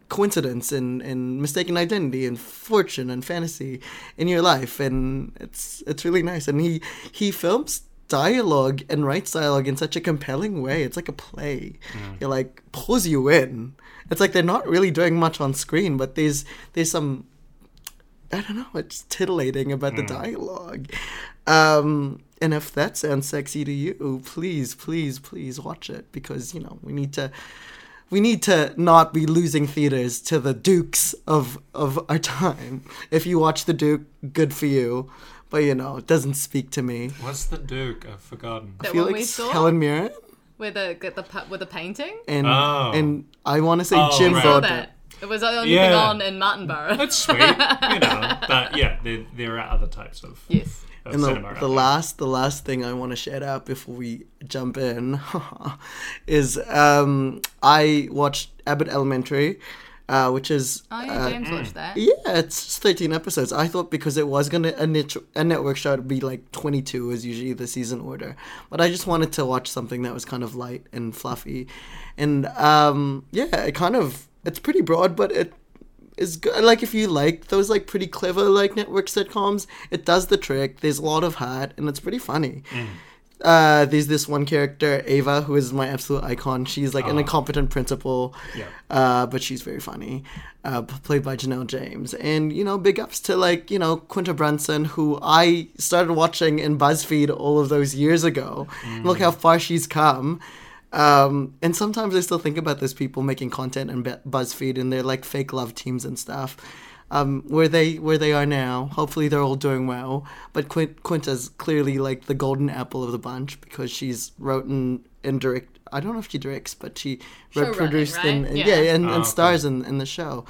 B: coincidence and, and mistaken identity and fortune and fantasy in your life and it's it's really nice and he he films dialogue and writes dialogue in such a compelling way it's like a play it like pulls you in it's like they're not really doing much on screen but there's there's some I don't know, it's titillating about
C: Hmm.
B: the dialogue. Um, and if that sounds sexy to you, please, please, please watch it because you know we need to, we need to not be losing theaters to the dukes of of our time. If you watch the Duke, good for you, but you know it doesn't speak to me.
C: What's the Duke? I've forgotten.
A: That one we
B: Felix
A: saw
B: Helen Mirren
A: with the the- the pu- with the painting.
B: and
C: Oh.
B: and I want to say
C: Oh,
B: Jim
C: right.
A: Saw
B: Broadbent.
A: that. It was the only thing
C: Yeah.
A: on in Martinborough.
C: That's sweet, you know. But yeah, there, there are other types of,
A: yes.
C: of
B: And
C: cinema.
B: the,
C: out
B: the
C: there.
B: last the last thing I want to shout out before we jump in is um, I watched Abbott Elementary, uh, which is
A: Oh
B: uh,
A: yeah, James
C: mm.
A: watched that.
B: yeah, it's just 13 episodes. I thought because it was gonna a, niche, a network show to be like 22 is usually the season order, but I just wanted to watch something that was kind of light and fluffy, and um, yeah, it kind of it's pretty broad, but it is good. Like if you like those like pretty clever like network sitcoms, it does the trick. There's a lot of heart, and it's pretty funny. Uh, there's this one character, Ava, who is my absolute icon. She's like an incompetent principal,
C: Yeah.
B: uh, but she's very funny, uh, p- played by Janelle James. And, you know, big ups to like, you know, Quinta Brunson, who I started watching in BuzzFeed all of those years ago. Look how far she's come. Um, and sometimes I still think about those people making content in Bu- BuzzFeed and their like fake love teams and stuff. Um, where they where they are now. Hopefully they're all doing well. But Quint- Quinta's clearly like the golden apple of the bunch because she's wrote and, and direct. I don't know if she directs, but she wrote,
A: Showrunning,
B: produced, and,
A: right?
B: and- yeah,
A: Yeah.
B: and, and stars in, in the show.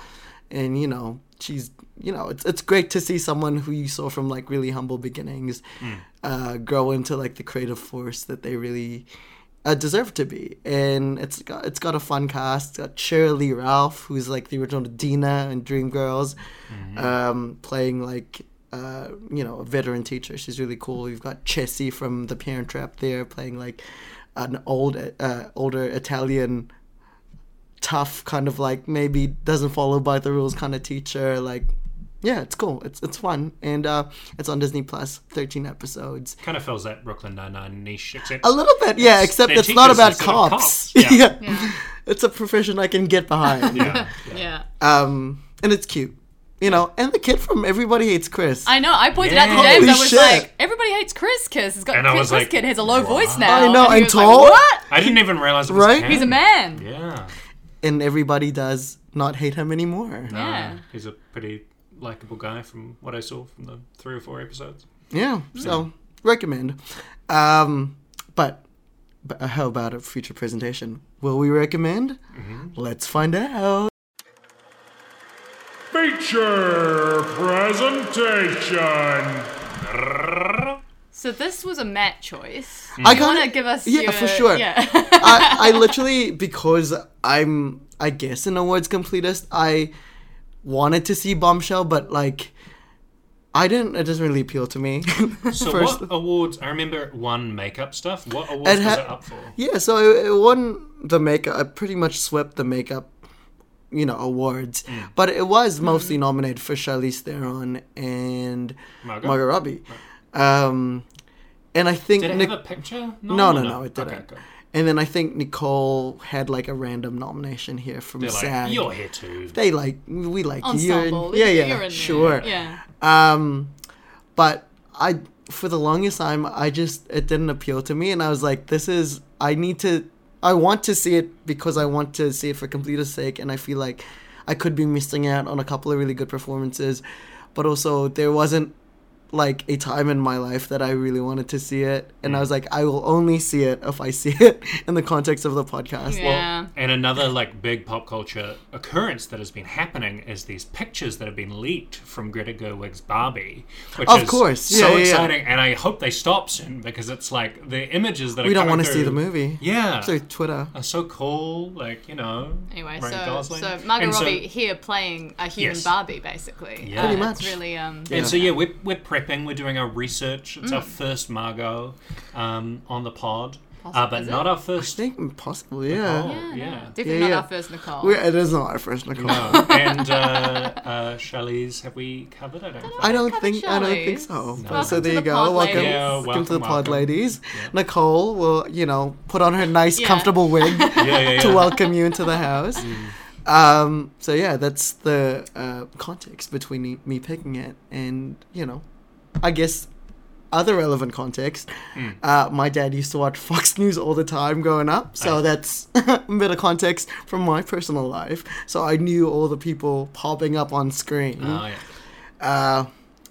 B: And you know she's you know it's it's great to see someone who you saw from like really humble beginnings uh, grow into like the creative force that they really uh, deserve to be. And it's got it's got a fun cast. It's got Shirley Ralph, who's like the original Dina and Dreamgirls, um, playing like uh, you know a veteran teacher. She's really cool. You've got Chessie from The Parent Trap there, playing like an old uh, older Italian tough kind of like maybe doesn't follow by the rules kind of teacher like yeah it's cool it's it's fun and uh it's on disney plus 13 episodes
C: kind of feels that Brooklyn Nine Nine niche, except
B: a little bit, yeah.
C: It's-
B: Except
C: they're
B: it's not
C: teachers
B: about
C: instead of
B: cops.
C: cops, yeah.
B: yeah.
A: Yeah.
B: it's a profession I can get behind.
C: yeah,
A: Yeah.
B: Um, and it's cute, you know. And the kid from Everybody Hates Chris.
A: I know. I pointed out to
C: Yeah.
A: James. I
B: Holy
A: was
B: shit.
A: like, everybody hates Chris. Kiss. He's got
C: And I
A: Chris,
C: was
A: Chris
C: like,
A: Kid has a low voice now.
B: I know,
A: And he
B: and
A: was like,
B: tall.
A: what?
C: I didn't even realize it was
B: Right?
C: Ken.
A: He's a man.
C: Yeah,
B: and everybody does not hate him anymore.
C: No,
A: Yeah.
C: he's a pretty likable guy from what I saw from the three or four episodes.
B: Yeah. So recommend. Um, but, but uh, how about a future presentation? Will we recommend?
A: Mm-hmm.
B: Let's find out.
E: Feature presentation.
A: So this was a Matt choice.
B: I
A: Mm. You want to
B: kinda-
A: give us?
B: Yeah,
A: your-
B: for sure.
A: Yeah.
B: I, I literally because I'm I guess an awards completist. I wanted to see Bombshell, but like I didn't. It doesn't really appeal to me.
C: So
B: First-
C: what awards? I remember it won makeup stuff. What awards
B: It
C: was
B: ha-
C: it up for?
B: yeah, so it, it won the makeup. I pretty much swept the makeup, you know, awards.
A: Mm.
B: But it was mostly nominated for Charlize Theron and
C: Margot?
B: Margot, Robbie. Um, and I think
C: Did it
B: Nic-
C: have a picture?
B: No,
C: or
B: no, no, it didn't.
C: Okay, cool.
B: and then I think Nicole had like a random nomination here from
C: They're like,
B: SAG.
C: you're here too.
B: they like we like
A: Ensemble.
B: you. and- yeah, yeah,
A: You're in there.
B: sure.
A: Yeah.
B: Um, but I for the longest time I just it didn't appeal to me, and I was like, this is I need to I want to see it because I want to see it for completer's sake, and I feel like I could be missing out on a couple of really good performances, but also there wasn't like a time in my life that I really wanted to see it, and I was like, I will only see it if I see it in the context of the podcast.
A: Yeah.
C: Well, and another like big pop culture occurrence that has been happening is these pictures that have been leaked from Greta Gerwig's Barbie, which
B: Of
C: is
B: course. Yeah,
C: so
B: yeah, yeah.
C: exciting. And I hope they stop soon because it's like the images that
B: We
C: are
B: don't
C: coming
B: want to see
C: through-
B: the movie.
C: Yeah,
B: So Twitter.
C: are so cool. Like you know.
A: Anyway,
C: Ryan
A: so
C: Gosling.
A: so Margot
C: And so-
A: Robbie here playing a human
C: Yes.
A: Barbie, basically.
C: Yeah. Pretty
A: It's
B: much.
A: really um.
C: And so yeah,
A: Mm.
C: we're, we're prepping. We're doing our research. It's our first Margot um, on the pod.
A: Possible,
C: Uh, but
A: is
C: not
A: it?
C: our
B: I
C: first.
B: think possible, yeah.
C: Nicole,
A: Yeah, no,
C: yeah.
A: definitely
B: Yeah,
A: not
B: yeah.
A: our first Nicole.
B: We- it is not our first Nicole.
C: oh. No. and uh, uh, Shelley's, have we covered? I don't think.
B: I don't
A: Covered
B: think I don't think
A: Shelley's.
B: so.
A: No.
B: But So
A: Welcome to
B: there you
A: the
B: go.
A: pod,
B: welcome,
A: ladies.
C: Yeah,
B: welcome, to the
C: welcome,
B: pod,
C: welcome.
B: ladies. Nicole will, you know, put on her nice,
A: Yeah.
B: comfortable wig
C: Yeah, yeah, Mm.
B: to
C: yeah.
B: welcome you into the house. Um, so yeah, that's the uh, context between me, me picking it, and you know, I guess other relevant context.
C: Mm.
B: Uh, my dad used to watch Fox News all the time growing up, so that's a bit of context from my personal life. So I knew all the people popping up on screen.
C: Oh, yeah.
B: Uh,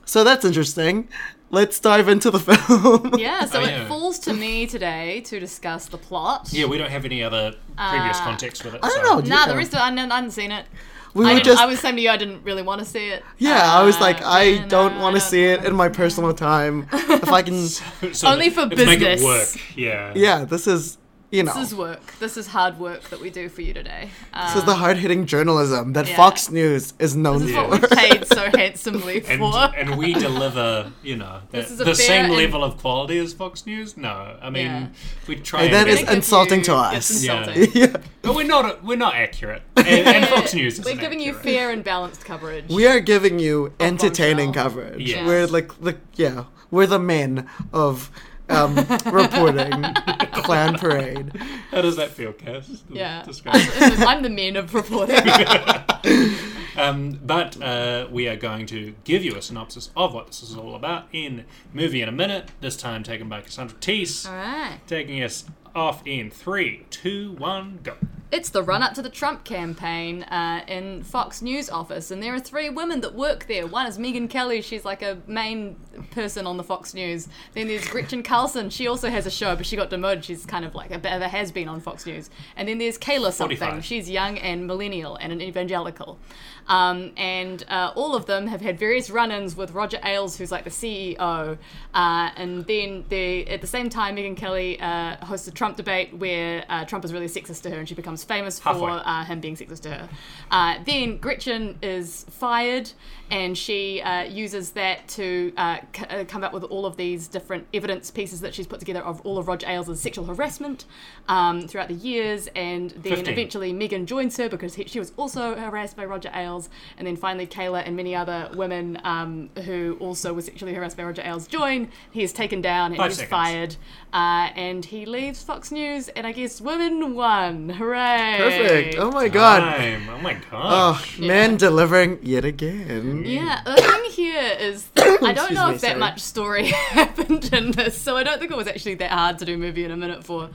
B: so that's interesting. Let's dive into the film.
A: Yeah, so
C: Oh,
A: it
C: yeah.
A: falls to me today to discuss the plot.
C: yeah, we don't have any other previous
A: Uh,
C: context with it.
B: I don't know,
C: so-
A: Nah,
B: Yeah.
A: the rest of it, I hadn't, I hadn't seen it.
B: we
A: I,
B: were
A: didn't-
B: just
A: I was saying to you, I didn't really want to see it.
B: yeah. I was
A: Uh,
B: like, I
A: yeah, no,
B: don't want
A: I
B: to see it in my personal time. if I can,
C: So
A: Only for
C: let's Make it
A: business.
C: work. Yeah.
B: yeah. This is you know.
A: This is work. This is hard work that we do for you today. Uh,
B: This is the hard hitting journalism that
A: Yeah.
B: Fox News is known
A: this is
B: for.
A: what we paid so handsomely
C: And,
A: for.
C: and we deliver, you know, the,
A: This is a
C: the
A: fair
C: same
A: and-
C: level of quality as Fox News. No, I mean,
A: Yeah.
C: we try.
B: And
C: And
B: that
C: get
B: is
C: it.
A: Gonna give
B: insulting to
A: you-
B: us.
A: It's
C: Yeah.
A: insulting.
B: yeah.
C: But we're not we're not accurate, and, and Fox News is.
A: We're giving you fair and balanced coverage.
B: We are giving you entertaining
A: bombshell.
B: coverage.
C: Yeah.
B: We're like the yeah, we're the men of um, reporting clan parade.
C: How does that feel, Cass?
A: yeah.
C: Describe it.
A: I'm the man of reporting.
C: Um, but uh, we are going to give you a synopsis of what this is all about in movie in a minute. This time taken by Cassandra Teese,
A: Alright.
C: taking us off in three, two, one, go.
A: It's the run up to the Trump campaign uh, in Fox News office, and there are three women that work there. One is Megan Kelly, she's like a main person on the Fox News. Then there's Gretchen Carlson, she also has a show, but she got demoted. She's kind of like a bit of a has been on Fox News. And then there's Kayla something,
C: 45.
A: she's young and millennial and an evangelical. Um, and uh, all of them have had various run ins with Roger Ailes, who's like the CEO. Uh, and then they, at the same time, Megan Kelly uh, hosts a Trump debate where uh, Trump is really sexist to her and she becomes famous
C: Halfway.
A: for uh, him being sexist to her. Uh, then Gretchen is fired, and she uh, uses that to uh, c- uh, come up with all of these different evidence pieces that she's put together of all of Roger Ailes' sexual harassment um, throughout the years. And then
C: 15.
A: eventually Megan joins her because he, she was also harassed by Roger Ailes. And then finally Kayla and many other women um, who also were sexually harassed by Roger Ailes join. He is taken down and
C: Five
A: he's
C: seconds.
A: fired. Uh, and he leaves Fox News, and I guess women won. Hooray!
B: Perfect. Oh my god.
C: Time. Oh my
B: Oh,
C: gosh.
B: men delivering yet again.
A: Yeah, the thing here is that I don't
B: Excuse
A: know
B: me,
A: if that
B: sorry.
A: much story happened in this, so I don't think it was actually that hard to do movie in a minute for.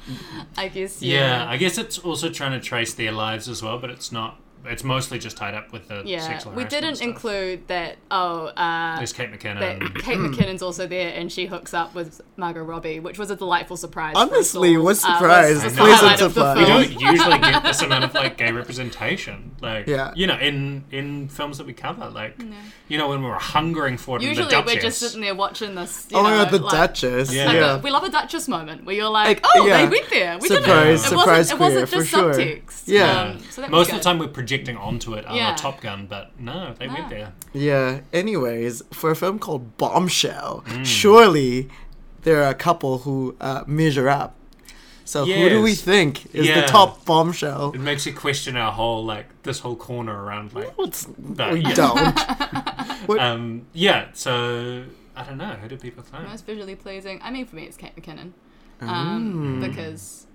A: I guess
C: yeah.
A: yeah.
C: I guess it's also trying to trace their lives as well, but it's not. It's mostly just tied up with the
A: yeah,
C: sexual
A: we
C: harassment
A: didn't
C: stuff.
A: include that. Oh, uh,
C: There's Kate McKinnon.
A: that Kate McKinnon's also there, and she hooks up with Margot Robbie, which was a delightful surprise. for us
B: Honestly,
A: all.
B: was
A: Uh,
B: surprised.
A: was
B: It's
A: the
C: pleasant
A: highlight of the
B: surprise.
C: we
A: film.
C: don't usually get this amount of like gay representation, like
B: Yeah.
C: you know, in in films that we cover, like you know, when we were hungering for it. in
A: Usually,
C: the
A: we're just
C: Duchess.
A: sitting there watching this. You
B: Oh my
A: know,
B: god, the
A: like-
B: Duchess.
C: Yeah.
A: Like,
C: Yeah.
A: uh, we love a Duchess moment where you're like,
B: Like,
A: oh,
B: yeah.
A: they went there. We
B: Surprise,
A: did it.
B: surprise queer,
A: it wasn't, it wasn't just
B: for sure.
A: subtext.
B: Yeah.
A: Um, so that was
C: Most of the
A: good.
C: time, we're projecting onto it, a
A: Yeah.
C: la Top Gun, but no, they went there.
B: Yeah. Anyways, for a film called Bombshell, surely there are a couple who uh, measure up. So who do we
C: Yes.
B: think is
C: Yeah.
B: the top bombshell?
C: It makes you question our whole like this whole corner around like
B: What's-
C: that.
B: we
C: yeah.
B: don't.
C: Um, yeah. So I don't know. Who do people think?
A: Most visually pleasing. I mean, for me, it's Kate McKinnon.
B: Ah.
A: Um, Because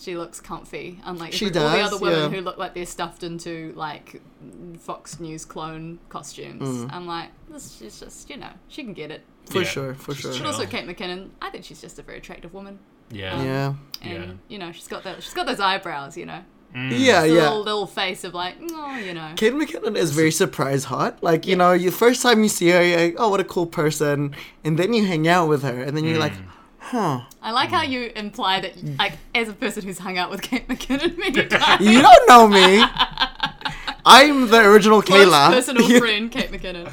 A: she looks comfy, unlike
B: She
A: all the
B: does,
A: other women
B: yeah.
A: who look like they're stuffed into like Fox News clone costumes.
B: Mm.
A: I'm like, this, she's just, you know, she can get it.
B: For
C: Yeah,
B: sure, for
C: just
B: sure.
A: But also,
C: chill.
A: Kate McKinnon, I think she's just a very attractive woman.
C: Yeah.
B: Yeah.
A: And,
C: Yeah.
A: you know, she's got that, she's got those eyebrows, you know.
B: Yeah,
A: The
B: Uh, yeah.
A: little, little face of like, oh, you know.
B: Kate McKinnon is very surprise hot. Like, you know, you first time you see her, you're like, oh, what a cool person. And then you hang out with her, and then you're like,
C: Mm.
B: huh.
A: I like how you imply that, like, as a person who's hung out with Kate McKinnon many times,
B: You don't know me. I'm the original
A: close
B: Kayla.
A: personal
B: You-
A: friend Kate McKinnon.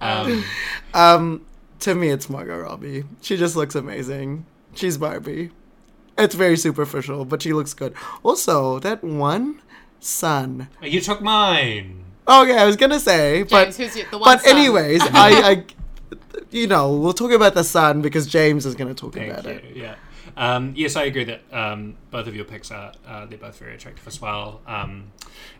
C: Um,
B: Um, to me, it's Margot Robbie. She just looks amazing. She's Barbie. It's very superficial, but she looks good. Also, that one son.
C: Um, you took mine.
B: Okay, I was gonna say,
A: James,
B: but
A: who's your, the one
B: but
A: son?
B: anyways, I, I, you know, we'll talk about the son because James is gonna talk
C: Thank
B: about
C: you.
B: it.
C: Yeah. Um, yes, I agree that um, both of your picks are uh, they're both very attractive as well. Um,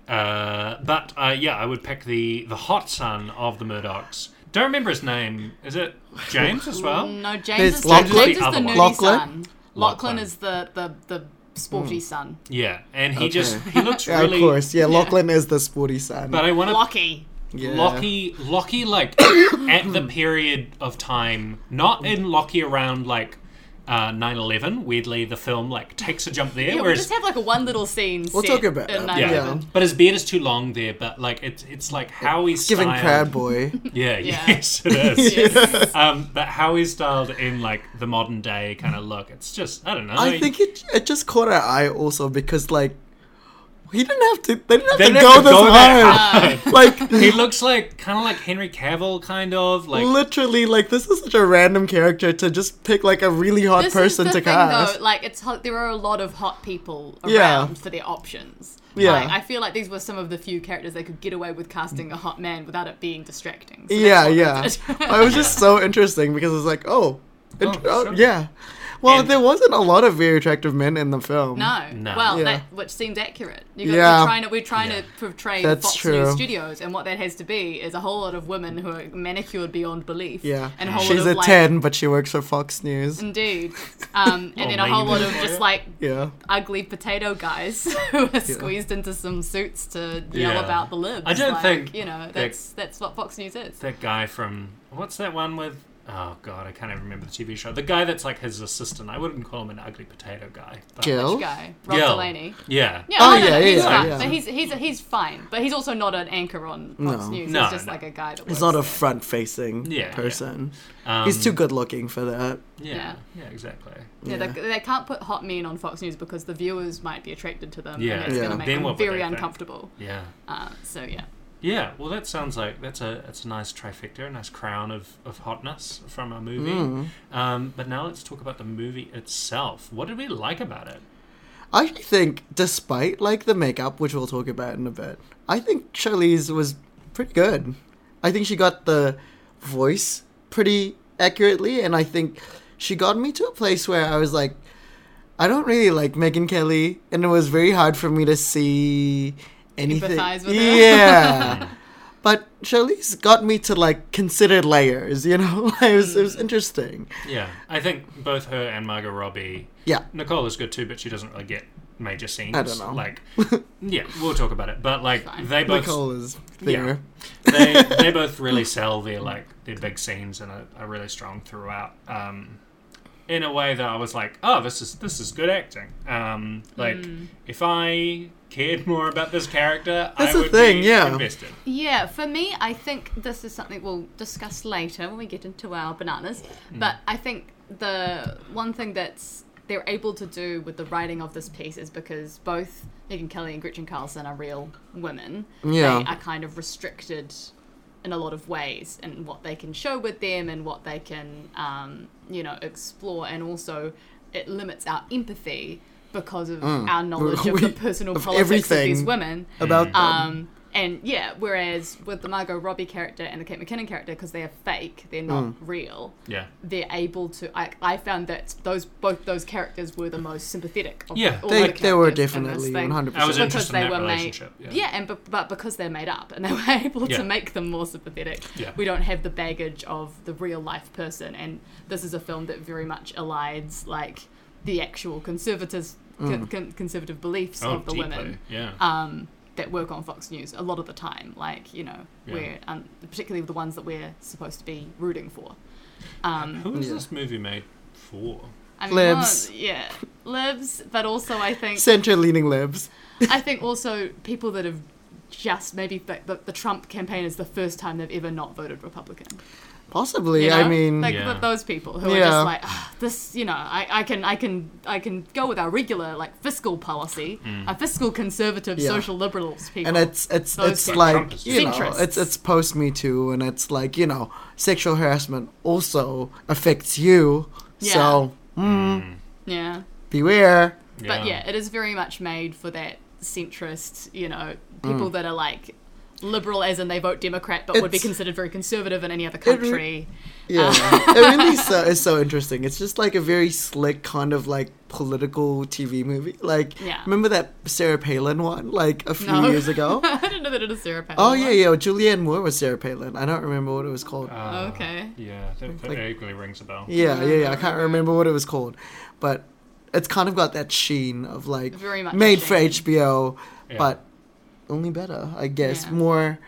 C: uh, but uh, yeah, I would pick the the hot son of the Murdochs. Don't remember his name. Is it James as well?
A: Um, No,
B: There's
A: James is,
B: Lachlan. Hmm.
A: James is
C: James
A: the
C: is the
A: nerdy
B: other one.
A: son.
C: Lachlan.
A: Lachlan is the the, the sporty son.
C: Yeah, and he
B: Okay.
C: just he looks
B: Yeah,
C: really.
B: of course. Yeah, Lachlan is the sporty son.
C: But I want to
A: Lockie.
B: yeah.
C: Lockie, Lockie, like at the period of time, not in Lockie around like uh, 9-11, Weirdly, the film like takes a jump there,
A: Yeah, we
C: whereas
A: just have like a one little scene.
B: We'll
A: set
B: talk about
A: in
B: that,
C: yeah.
A: 9/11.
C: but his beard is too long there. But like it's it's like how he's
B: Giving
C: styled.
B: Crab Boy.
C: Yeah,
A: Yeah.
C: yes, it is.
A: Yes.
C: um, but how he's styled in like the modern day kind of look. It's just I don't know.
B: I think it it just caught our eye also because like he didn't have to they didn't have
C: They
B: to
C: didn't
B: go
C: have to
B: this
C: go that
B: hard. like
C: he looks like kind of like Henry Cavill, kind of like
B: literally like this is such a random character to just pick like a really hot
A: This
B: person
A: is the
B: to
A: thing,
B: cast.
A: Though, like it's hot, there are a lot of hot people around
B: Yeah.
A: for their options.
B: Yeah.
A: Like, I feel like these were some of the few characters they could get away with casting a hot man without it being distracting. So that's
B: yeah,
A: what they
B: yeah.
A: did.
B: I was just so interesting because it's like, oh, int-
C: Oh,
B: oh,
C: sure.
B: yeah. Well,
C: And-
B: there wasn't a lot of very attractive men in the film.
A: No.
C: No.
A: Well,
B: Yeah.
A: that which seems accurate. You got,
B: Yeah.
A: We're trying to we're trying to portray
B: That's
A: Fox
B: true.
A: News Studios, and what that has to be is a whole lot of women who are manicured beyond belief.
B: Yeah.
A: And a whole
B: She's
A: lot
B: a
A: of like,
B: 10, but she works for Fox News.
A: Indeed. Um, and then a whole lot of
C: Oh, maybe.
A: just like
B: Yeah.
A: ugly potato guys who are squeezed into some suits to yell
C: Yeah.
A: about the libs.
C: I don't
A: like,
C: think
A: you know
C: they-
A: that's that's what Fox News is.
C: that guy from what's that one with oh god i can't even remember the tv show the guy that's like his assistant i wouldn't call him an ugly potato guy but
B: Gil?
A: Which guy, Rob
C: Gil.
A: Delaney.
C: yeah
A: Yeah,
B: Oh,
A: oh, no,
B: yeah,
A: no,
B: yeah,
A: he's
B: yeah,
A: fine.
B: yeah.
A: But he's he's he's fine. But he's also not an anchor on Fox
B: No.
A: News.
C: No,
A: he's just
C: no.
A: like a guy that
B: He's
A: works
B: not a
A: there.
B: front facing
C: Yeah, yeah.
B: person.
C: um,
B: He's too good looking for that.
C: yeah, yeah
A: Yeah.
C: exactly
A: Yeah,
B: Yeah.
A: They, they can't put hot men on Fox News because the viewers might be attracted to them.
C: Yeah.
A: and it's
B: Yeah.
A: going to make
C: Then what
A: them
C: would they
A: very
C: think?
A: uncomfortable.
C: yeah
A: Uh, so yeah,
C: yeah well that sounds like that's a that's a nice trifecta a nice crown of of hotness from our movie
B: Mm.
C: um but now let's talk about the movie itself what did we like about it
B: I actually think, despite like the makeup, which we'll talk about in a bit, I think Charlize was pretty good. I think she got the voice pretty accurately, and I think she got me to a place where I was like, I don't really like Megan Kelly, and it was very hard for me to see anything.
A: Empathize with her.
B: yeah. But Charlize got me to like consider layers, you know. it was it was
A: Hmm.
B: interesting.
C: yeah i think both her and margot robbie
B: Yeah,
C: Nicole is good too, but she doesn't really get major scenes.
B: I don't know.
C: Like, yeah, we'll talk about it. But like,
A: Fine.
C: they both
B: Nicole is there.
C: Yeah. they they both really sell their like their big scenes and are, are really strong throughout. Um, in a way that I was like, oh, this is this is good acting. Um, like
A: Hmm.
C: if I cared more about this character,
B: That's
C: I
B: the
C: would
B: thing,
C: be
B: yeah.
C: invested.
A: yeah. For me, I think this is something we'll discuss later when we get into our bananas.
B: Mm.
A: But I think the one thing that's they're able to do with the writing of this piece is because both Megan Kelly and Gretchen Carlson are real women.
B: Yeah.
A: They are kind of restricted in a lot of ways and what they can show with them and what they can um, you know explore and also it limits our empathy because of our knowledge of the
B: Mm. We-
A: personal
B: of
A: politics of these
B: everything
A: women
B: About them.
A: um, and yeah whereas with the margot robbie character and the kate mckinnon character because they are fake they're not
B: Mm.
A: real
C: Yeah.
A: they're able to I, I found that those both those characters were the most sympathetic of
C: Yeah.
A: all
B: they,
A: the
B: they were
A: characters in this
B: definitely
A: thing.
B: one hundred
C: I was
B: percent.
A: Because
C: interested
A: they
C: in that
A: were made-
C: relationship.
A: Yeah, and but, but because they're made up and they were able
C: Yeah.
A: to make them more sympathetic,
C: Yeah.
A: we don't have the baggage of the real life person. And this is a film that very much elides like the actual conservatives, con-
B: Mm.
A: con- conservative beliefs
C: Oh,
A: of the
C: deeply.
A: women
C: Yeah.
A: um, that work on Fox News a lot of the time. Like you know,
C: Yeah.
A: we're um, particularly the ones that we're supposed to be rooting for. Um,
C: Who was this movie made for?
A: I mean,
B: Libs.
A: not- yeah, libs, but also I think
B: Center leaning libs.
A: I think also people that have just maybe like the, the Trump campaign is the first time they've ever not voted Republican.
B: Possibly.
A: you know?
B: I mean,
A: like
C: Yeah.
A: th- those people who are
B: Yeah.
A: just like "Ah, this. You know, I, I can I can I can go with our regular like fiscal policy,
C: Mm.
A: our fiscal conservative
B: Yeah.
A: social liberals people.
B: and it's it's
A: Those
B: it's
A: people.
B: like
C: Trump is
B: you know,
A: centrists.
B: it's it's post Me Too, and it's like you know, sexual harassment also affects you. So mm,
C: Hmm.
A: yeah.
B: beware.
A: But yeah, it is very much made for that centrist, you know, people that are like liberal as in they vote Democrat, but would be
B: It's-
A: considered very conservative in any other
B: re-
A: country.
B: Yeah, Uh, it really so is so interesting. It's just like a very slick kind of like political TV movie. Like,
A: Yeah.
B: remember that Sarah Palin one like a few
A: No.
B: years ago?
A: I didn't know that it is Sarah Palin.
B: Oh yeah, yeah. Julianne Moore was Sarah Palin. I don't remember what it was called.
C: Uh,
A: Okay.
C: Yeah, that, that
B: Like-
C: equally rings a bell.
B: yeah, yeah, yeah. I can't remember what it was called, but it's kind of got that sheen of like
A: Very much
B: made
A: a
B: for
A: sheen.
B: HBO,
C: Yeah.
B: but only better, I guess.
A: Yeah.
B: More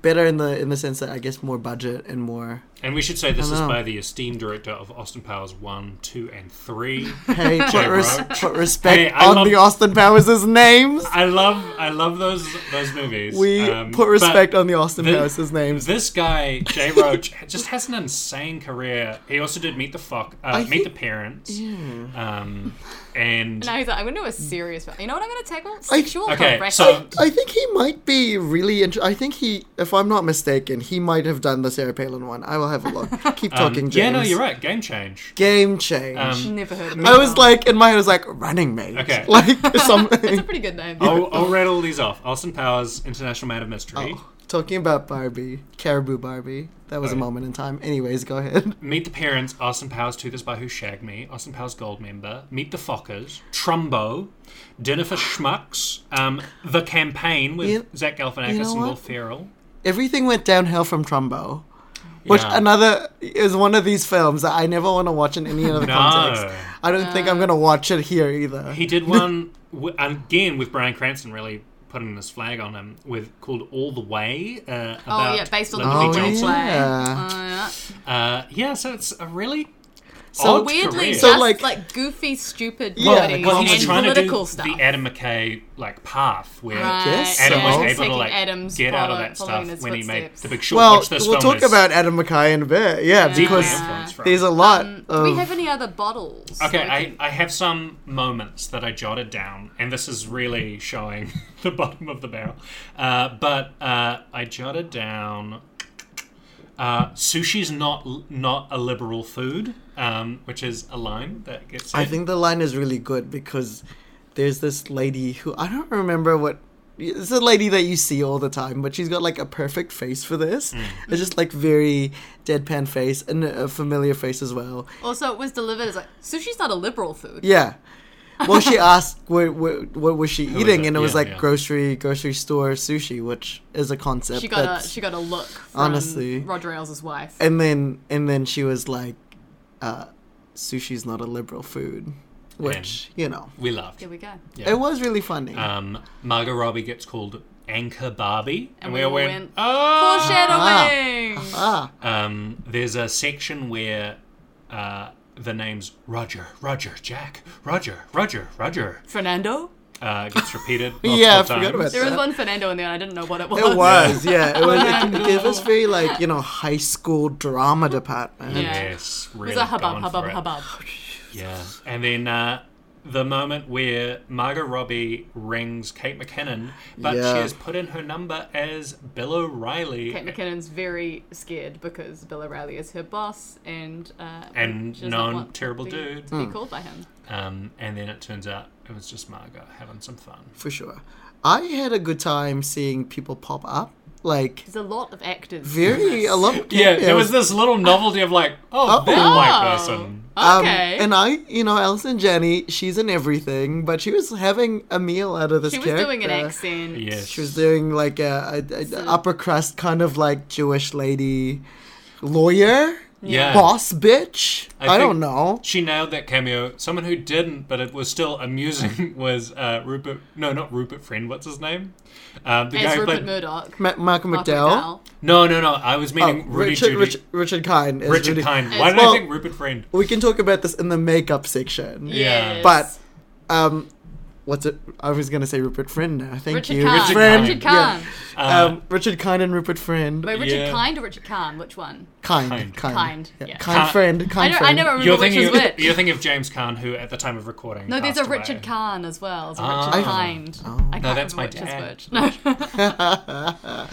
B: better in the in the sense that I guess more budget and more.
C: And we should say this is
B: Hello.
C: by the esteemed director of Austin Powers 1, 2, and 3.
B: Hey, put,
C: Jay
B: res-
C: Roach.
B: put respect
C: Hey, I
B: on
C: love-
B: the Austin Powers' names.
C: I love I love those those movies.
B: We
C: Um,
B: put
C: but
B: respect on the Austin
C: the-
B: Powers' names.
C: This guy Jay Roach just has an insane career. He also did Meet the Fuck, uh, Meet
B: think-
C: the Parents, um, and
A: Now he's like, I'm going to do a serious. You know what I'm going to tackle?
B: I-
A: Sexual
C: Okay,
A: harassment.
C: so-
B: I think he might be really interesting. I think he, if I'm not mistaken, he might have done the Sarah Palin one. I will have a look. Keep
C: um,
B: talking, James.
C: yeah, no, you're right. Game change.
B: Game change.
C: Um,
A: Never heard of it.
B: I was like, in my head, I was like, running mate.
C: Okay.
B: Like
A: It's a
B: something.
A: pretty good name.
C: I'll, I'll rattle these off. Austin Powers, International Man of Mystery,
B: Oh, talking about Barbie, Caribou Barbie. That was a
C: Right.
B: moment in time. Anyways, go ahead.
C: Meet the Parents, Austin Powers To This By Who Shag Me, Austin Powers Gold Member, Meet the Fockers, Trumbo, Dinner for Schmucks, um, The Campaign with
B: You-
C: Zach Galifianakis
B: you know
C: and Will
B: what?
C: Ferrell.
B: Everything went downhill from Trumbo. Which
C: Yeah.
B: another is one of these films that I never want to watch in any other
C: No.
B: context. I don't think I'm gonna watch it here either.
C: He did one w- again with Brian Cranston, really putting his flag on him with called All the Way. Uh, about
A: oh yeah, based on
C: Lyndon B.
A: the
C: Johnson.
A: original play.
B: yeah.
A: Oh, yeah.
C: Uh, yeah, so it's a really
B: So
C: odd
A: Weirdly,
C: career.
B: So,
A: just
B: like-
A: like, goofy, stupid
B: Yeah,
A: comedies
C: well, he's
A: and
C: trying to
A: political
C: do
A: stuff.
C: the Adam McKay like path where
A: Right,
B: guess
C: Adam
B: so.
C: was
B: He's
C: able to
A: taking
C: like
A: Adam's
C: get out of
A: follow-
C: that
A: following
C: stuff
A: his
C: when he made
A: footsteps.
C: the big short.
B: Well,
C: Watch this
B: we'll
C: film
B: talk
C: is
B: about Adam McKay in a bit. Yeah,
C: deeply
B: because
C: influenced from.
B: there's a lot.
A: Do Um, we
B: of-
A: have any other bottles?
C: Okay,
A: We
C: I,
A: can-
C: I have some moments that I jotted down, and this is really showing the bottom of the barrel. Uh, but uh, I jotted down uh, sushi's not not a liberal food, um, which is a line that gets.
B: I
C: said.
B: think the line is really good because there's this lady who I don't remember what. It's a lady that you see all the time, but she's got like a perfect face for this.
C: Mm.
B: It's just like very deadpan face and a familiar face as well.
A: Also, it was delivered as like sushi's not a liberal food.
B: Yeah. Well, she asked what, what, what was she
C: was
B: eating,
C: it?
B: and it was
C: Yeah,
B: like
C: yeah.
B: grocery grocery store sushi, which is a concept.
A: She got a
B: that's-
A: she got a look from
B: Honestly.
A: Roger Ailes' wife.
B: and then and then she was like, uh, "Sushi's not a liberal food," which you know
C: we loved.
A: Here we go.
C: Yeah.
B: it was really funny.
C: Um, Margot Robbie gets called Anchor Barbie, and,
A: And
C: we,
A: we
C: all
A: all
C: went,
A: went,
C: "Oh!"
A: Foreshadowing.
B: ah.
C: Um, there's a section where uh, the names Roger, Roger, Jack, Roger, Roger, Roger
A: Fernando.
C: uh, gets repeated.
B: Yeah, I
C: multiple
B: forgot about
C: times.
A: There was
B: that.
A: one Fernando in there, and I didn't know what it was.
B: It was, yeah. It was. It, it
A: no.
B: gave us very like you know high school drama department.
A: Yeah.
C: Yes,
A: It
C: really
A: was a hubbub,
C: gone
A: hubbub,
C: for it. Oh,
A: hubbub.
C: Yeah, and then uh, the moment where Margot Robbie rings Kate McKinnon, but
B: Yeah.
C: she has put in her number as Bill O'Reilly.
A: Kate McKinnon's very scared because Bill O'Reilly is her boss and uh,
C: And
A: she does not
C: known
A: want
C: terrible
A: to be-
C: dude. Hmm.
A: to be called by him.
C: Um, and then it turns out it was just Margot having some fun.
B: for sure. I had a good time seeing people pop up, like
A: There's a lot of actors.
B: very a lot.
C: Yeah, there was this little novelty of like, oh,
B: Oh.
C: they're
A: Oh.
C: like person.
B: Um,
A: Okay.
B: And I, you know, Alison Jenny, she's in everything, but she was having a meal out of this
A: she was
B: character.
A: doing an accent.
C: Yes.
B: She was doing like a, a, a- a upper crust kind of like Jewish lady lawyer,
C: Yeah.
B: boss bitch.
C: I
B: I,
C: think-
B: don't know.
C: She nailed that cameo. Someone who didn't, but it was still amusing, was uh, Rupert. No, not Rupert Friend. What's his name? Um, the
A: As
C: who
A: Rupert
C: played-
A: Murdoch.
B: Ma- Malcolm
A: Malcolm
B: McDowell.
C: No, no, no. I was meaning Rudy
B: Richard,
C: Judy.
B: Richard, Oh, Richard Kind. is
C: Richard
B: Rudy-
C: Kind. Why did
B: Well-
C: I think Rupert Friend?
B: We can talk about this in the makeup section.
C: Yeah.
A: Yes.
B: But, um, what's it? I was gonna say Rupert Friend. Now. Thank
A: Richard
B: you,
A: Kahn.
C: Richard
A: Richard
C: Kahn.
A: Kahn.
B: Friend. yeah.
C: Uh,
B: um, Richard Kind and Rupert Friend.
A: Wait, Richard
C: Yeah.
A: Kind or Richard Kahn? Which one?
B: Kind,
C: Kind.
B: kind,
A: Kind,
B: Yeah,
A: yeah.
B: kind
C: Kind-
B: friend,
A: I
B: kind
A: don't,
B: friend.
A: I never remember
C: you're
A: which
C: thinking.
A: was
C: Of,
A: which.
C: you're thinking of James Kahn, who at the time of recording.
A: No, there's a
C: passed away.
A: Richard Kahn as well. There's a
C: Ah.
A: Richard Kind. I can't
C: No, that's
A: remember
C: my
A: which is
C: dad.
A: which. No.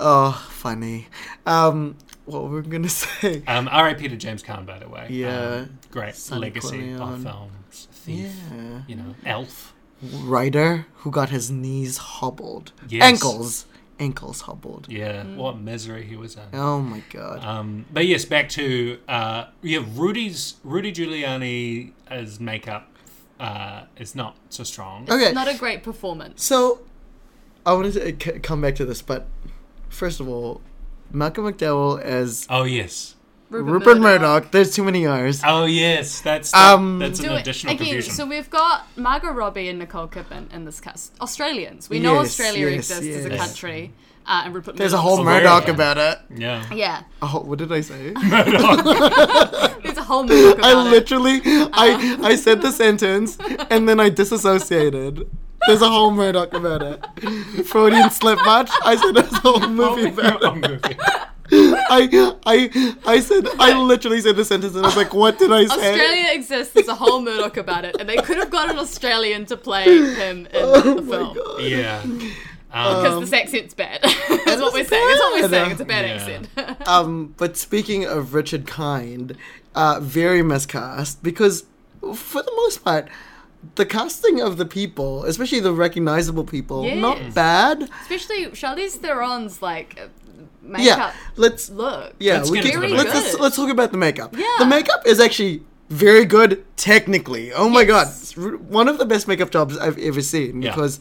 B: Oh, funny. Um, what were we gonna say? uh,
C: Um, R.I.P. to James Kahn, by the way.
B: Yeah.
C: Um, great
B: Sonny
C: legacy
B: Corleone.
C: of films. Thief.
B: Yeah.
C: You know, Elf.
B: Ryder who got his knees hobbled,
C: Yes.
B: ankles, ankles hobbled.
C: Yeah, what misery he was in.
B: Oh my god.
C: Um, but yes, back to uh, yeah, Rudy's Rudy Giuliani's makeup uh, is not so strong.
B: okay.
A: Not a great performance.
B: So, I wanted to uh, c- come back to this, but first of all, Malcolm McDowell as
C: Oh yes,
A: Rupert,
B: Rupert Murdoch. There's too many R's.
C: oh yes, that's
B: Um,
C: that's an
A: Do it.
C: additional
A: Again,
C: confusion.
A: so we've got Margot Robbie and Nicole Kidman in this cast. Australians. We know
B: Yes,
A: Australia
B: yes,
A: exists as a
B: yes.
A: country. Uh, and Rupert
B: There's a
A: Murdoch's-
B: whole
C: Aware of
B: Murdoch
C: that.
B: about it.
C: yeah,
A: Yeah.
B: Oh, what did I say?
A: There's a whole Murdoch about
B: I
A: it. Uh-huh.
B: literally, I, I said the sentence and then I disassociated. There's a whole Murdoch about it. Freudian slip much. I said there's a whole movie
A: Oh.
B: about it.
C: I'm goofy.
B: I, I, I said, I literally said the sentence and I was like, what did I say?
A: Australia exists. There's a whole Murdoch about it, and they could have got an Australian to play him in
B: Oh
A: the
B: my
A: film
B: god.
C: yeah.
A: because
B: Uh,
C: Um,
A: this accent's bad. That's what we're saying. That's what we're
B: bad.
A: saying. It's a bad
C: Yeah.
A: accent.
B: Um, but speaking of Richard Kind, uh, very miscast because for the most part, the casting of the people, especially the recognizable people,
A: Yes.
B: not bad.
A: Especially Charlize Theron's like uh, makeup
B: Yeah, let's.
A: look.
B: Yeah,
C: Let's
B: we
C: get
B: can,
C: into the
B: let's,
A: makeup.
B: let's let's talk about the makeup.
A: Yeah.
B: The makeup is actually very good technically. Oh my god,
A: Yes.
B: It's r- one of the best makeup jobs I've ever seen
C: Yeah.
B: because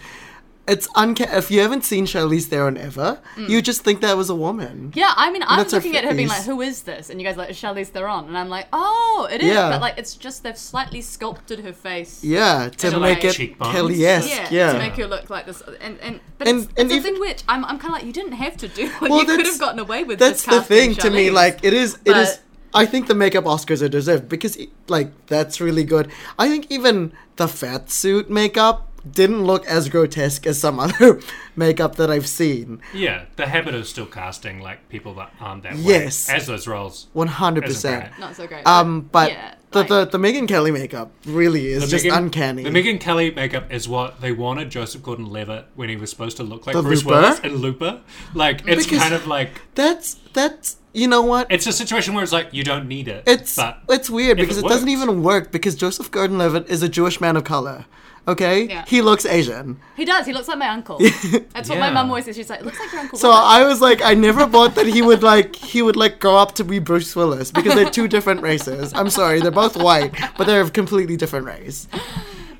B: it's unca- if you haven't seen Charlize Theron ever, you just think that was a woman.
A: Mm. Yeah, I mean, I'm
B: that's her
A: looking at her being like,
B: face.
A: "Who is this?" And you guys are like, "It's "Charlize Theron," and I'm like, "Oh, it is."
B: Yeah.
A: But like, it's just they've slightly sculpted her face.
B: Yeah, to
A: And,
B: make
A: like,
B: it
C: Cheekbones.
B: Kelly-esque.
A: Yeah,
B: Yeah,
A: to make her look like this, and and but
B: And-
A: it's,
B: and
A: it's
B: if-
A: something which I'm, I'm kind of like you didn't have to do. it.
B: Well,
A: you could
B: that's-
A: have gotten away with.
B: that's
A: just
B: the
A: casting
B: thing to me
A: Charlize.
B: like it is it is
A: But-
B: i think the makeup oscars are deserved because it- like that's really good i think even the fat suit makeup didn't look as grotesque as some other makeup that i've seen
C: yeah, the habit of still casting like people that aren't that way
B: Yes.
C: as those roles.
B: 100%
A: not so great.
B: um but
A: yeah,
B: the,
A: like-
B: the the megan kelly makeup really is
C: The
B: just
C: Megyn-
B: uncanny
C: The Megan Kelly makeup is what they wanted Joseph Gordon-Levitt when he was supposed to look like
B: The
C: Bruce
B: Looper?
C: Willis in Looper. Like it's
B: Because-
C: kind of like
B: that's that's you know what
C: it's a situation where it's like you don't need it.
B: It's
C: but
B: it's weird
C: if
B: because
C: it
B: it, doesn't
C: works.
B: even work because Joseph Gordon-Levitt is a Jewish man of color. Okay,
A: Yeah.
B: he looks Asian.
A: he does. He looks like my uncle. That's what my
C: Yeah.
A: mum always says. She's like, "Looks like your uncle."
B: So
A: Willis."
B: I was like, I never thought that he would like he would like grow up to be Bruce Willis because they're two different races. I'm sorry, they're both white, but they're of completely different race.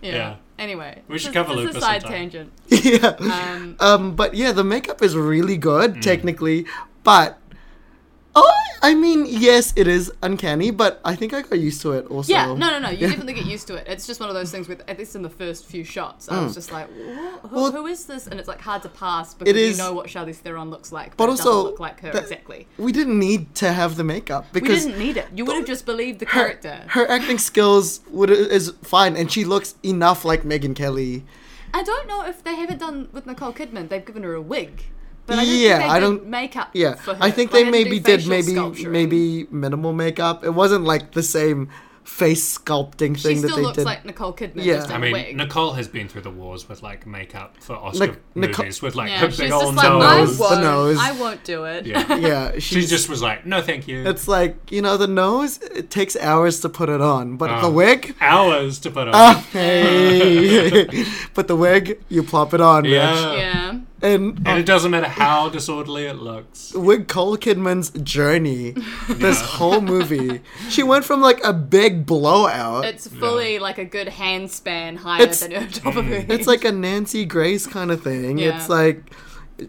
A: yeah.
C: yeah.
A: Anyway,
C: We should
A: this-
C: cover
A: this is
C: Lupus
A: a side
C: sometime.
A: tangent.
B: yeah.
A: Um,
B: Um, but yeah, the makeup is really good technically, but oh, I mean, yes, it is uncanny, but I think I got used to it also.
A: yeah, no, no, no. You definitely get used to it. It's just one of those things. With at least in the first few shots, I was just like, "Wha- who,
B: Mm. Well-
A: "Who is this?" And it's like hard to pass because
B: is-
A: you know what Charlize Theron looks like,
B: But
A: but, it doesn't
B: also
A: look like her
B: that-
A: exactly.
B: We didn't need to have the makeup
A: We
B: because
A: didn't need it. You would have just believed the
B: her,
A: character.
B: her acting skills would is fine, and she looks enough like Megan Kelly.
A: I don't know if they haven't done with Nicole Kidman. They've given her a wig, but I don't
B: Yeah,
A: think they
B: I
A: did
B: don't-
A: makeup.
B: Yeah,
A: for her.
B: I think
A: Like,
B: they
A: didn't
B: maybe
A: do
B: did
A: facial
B: maybe
A: sculpturing.
B: maybe minimal makeup. It wasn't like the same face sculpting
A: She
B: thing that
A: still
B: they
A: looks
B: did.
A: like Nicole Kidman.
B: Yeah.
A: just in
C: I
A: a
C: mean,
A: wig.
C: Nicole has been through the wars with like makeup for Oscar
B: Nic-
C: movies
B: Nicole-
C: with like
A: yeah,
C: her
A: she's
C: big
A: just
C: old
A: like,
C: nose.
B: The
A: I won't,
B: nose.
A: I won't do it.
C: Yeah.
B: yeah,
C: She
B: she's
C: just was like, no, thank you.
B: It's like you know the nose. It takes hours to put it on, but
C: Oh.
B: the wig.
C: hours to put on.
B: Ah. Hey, but the wig, you plop it on, Rich.
C: yeah.
A: Yeah.
B: And
C: And it doesn't matter how disorderly it looks.
B: with Cole Kidman's journey, this whole movie, she went from like a big blowout.
A: It's fully like a good hand span higher
B: It's- mm.
A: than her top of her head.
B: It's like a Nancy Grace kind of thing.
A: Yeah.
B: It's like,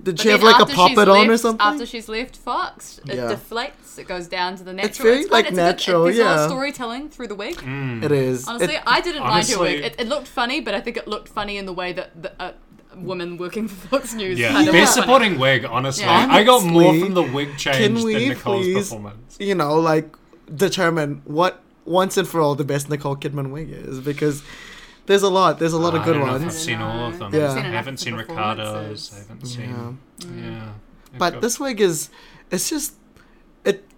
B: did she
A: Then
B: have like a
A: after
B: pop
A: she's
B: it on or
A: left-
B: something?
A: After she's left Fox, it
B: Yeah.
A: deflates. It goes down to the natural.
B: very,
A: quite-
B: like,
A: a good-
B: natural,
A: it's all
B: yeah.
A: storytelling through the wig.
B: it
C: Mm-hmm.
B: is.
A: Honestly,
B: It-
A: I didn't mind her
C: honestly-
A: wig. It, it looked funny, but I think it looked funny in the way that the uh, woman working for Fox News.
C: Yeah.
A: kind of
C: Best
A: looked funny.
C: supporting wig, honestly.
A: Yeah.
C: I got more
B: Honestly,
C: from the wig
B: can
C: change than
B: we
C: Nicole's
B: please-
C: performance.
B: you know, like determine what once and for all the best Nicole Kidman wig is because there's a lot. There's a lot of
C: Ah, I
B: good
C: don't know if I've
B: ones.
C: seen all of them.
B: Yeah. I've
C: I
B: seen
A: enough
C: haven't
A: of the
C: seen Ricardo's. I
A: performances.
C: haven't seen. Yeah.
B: But this wig is, it's just, it,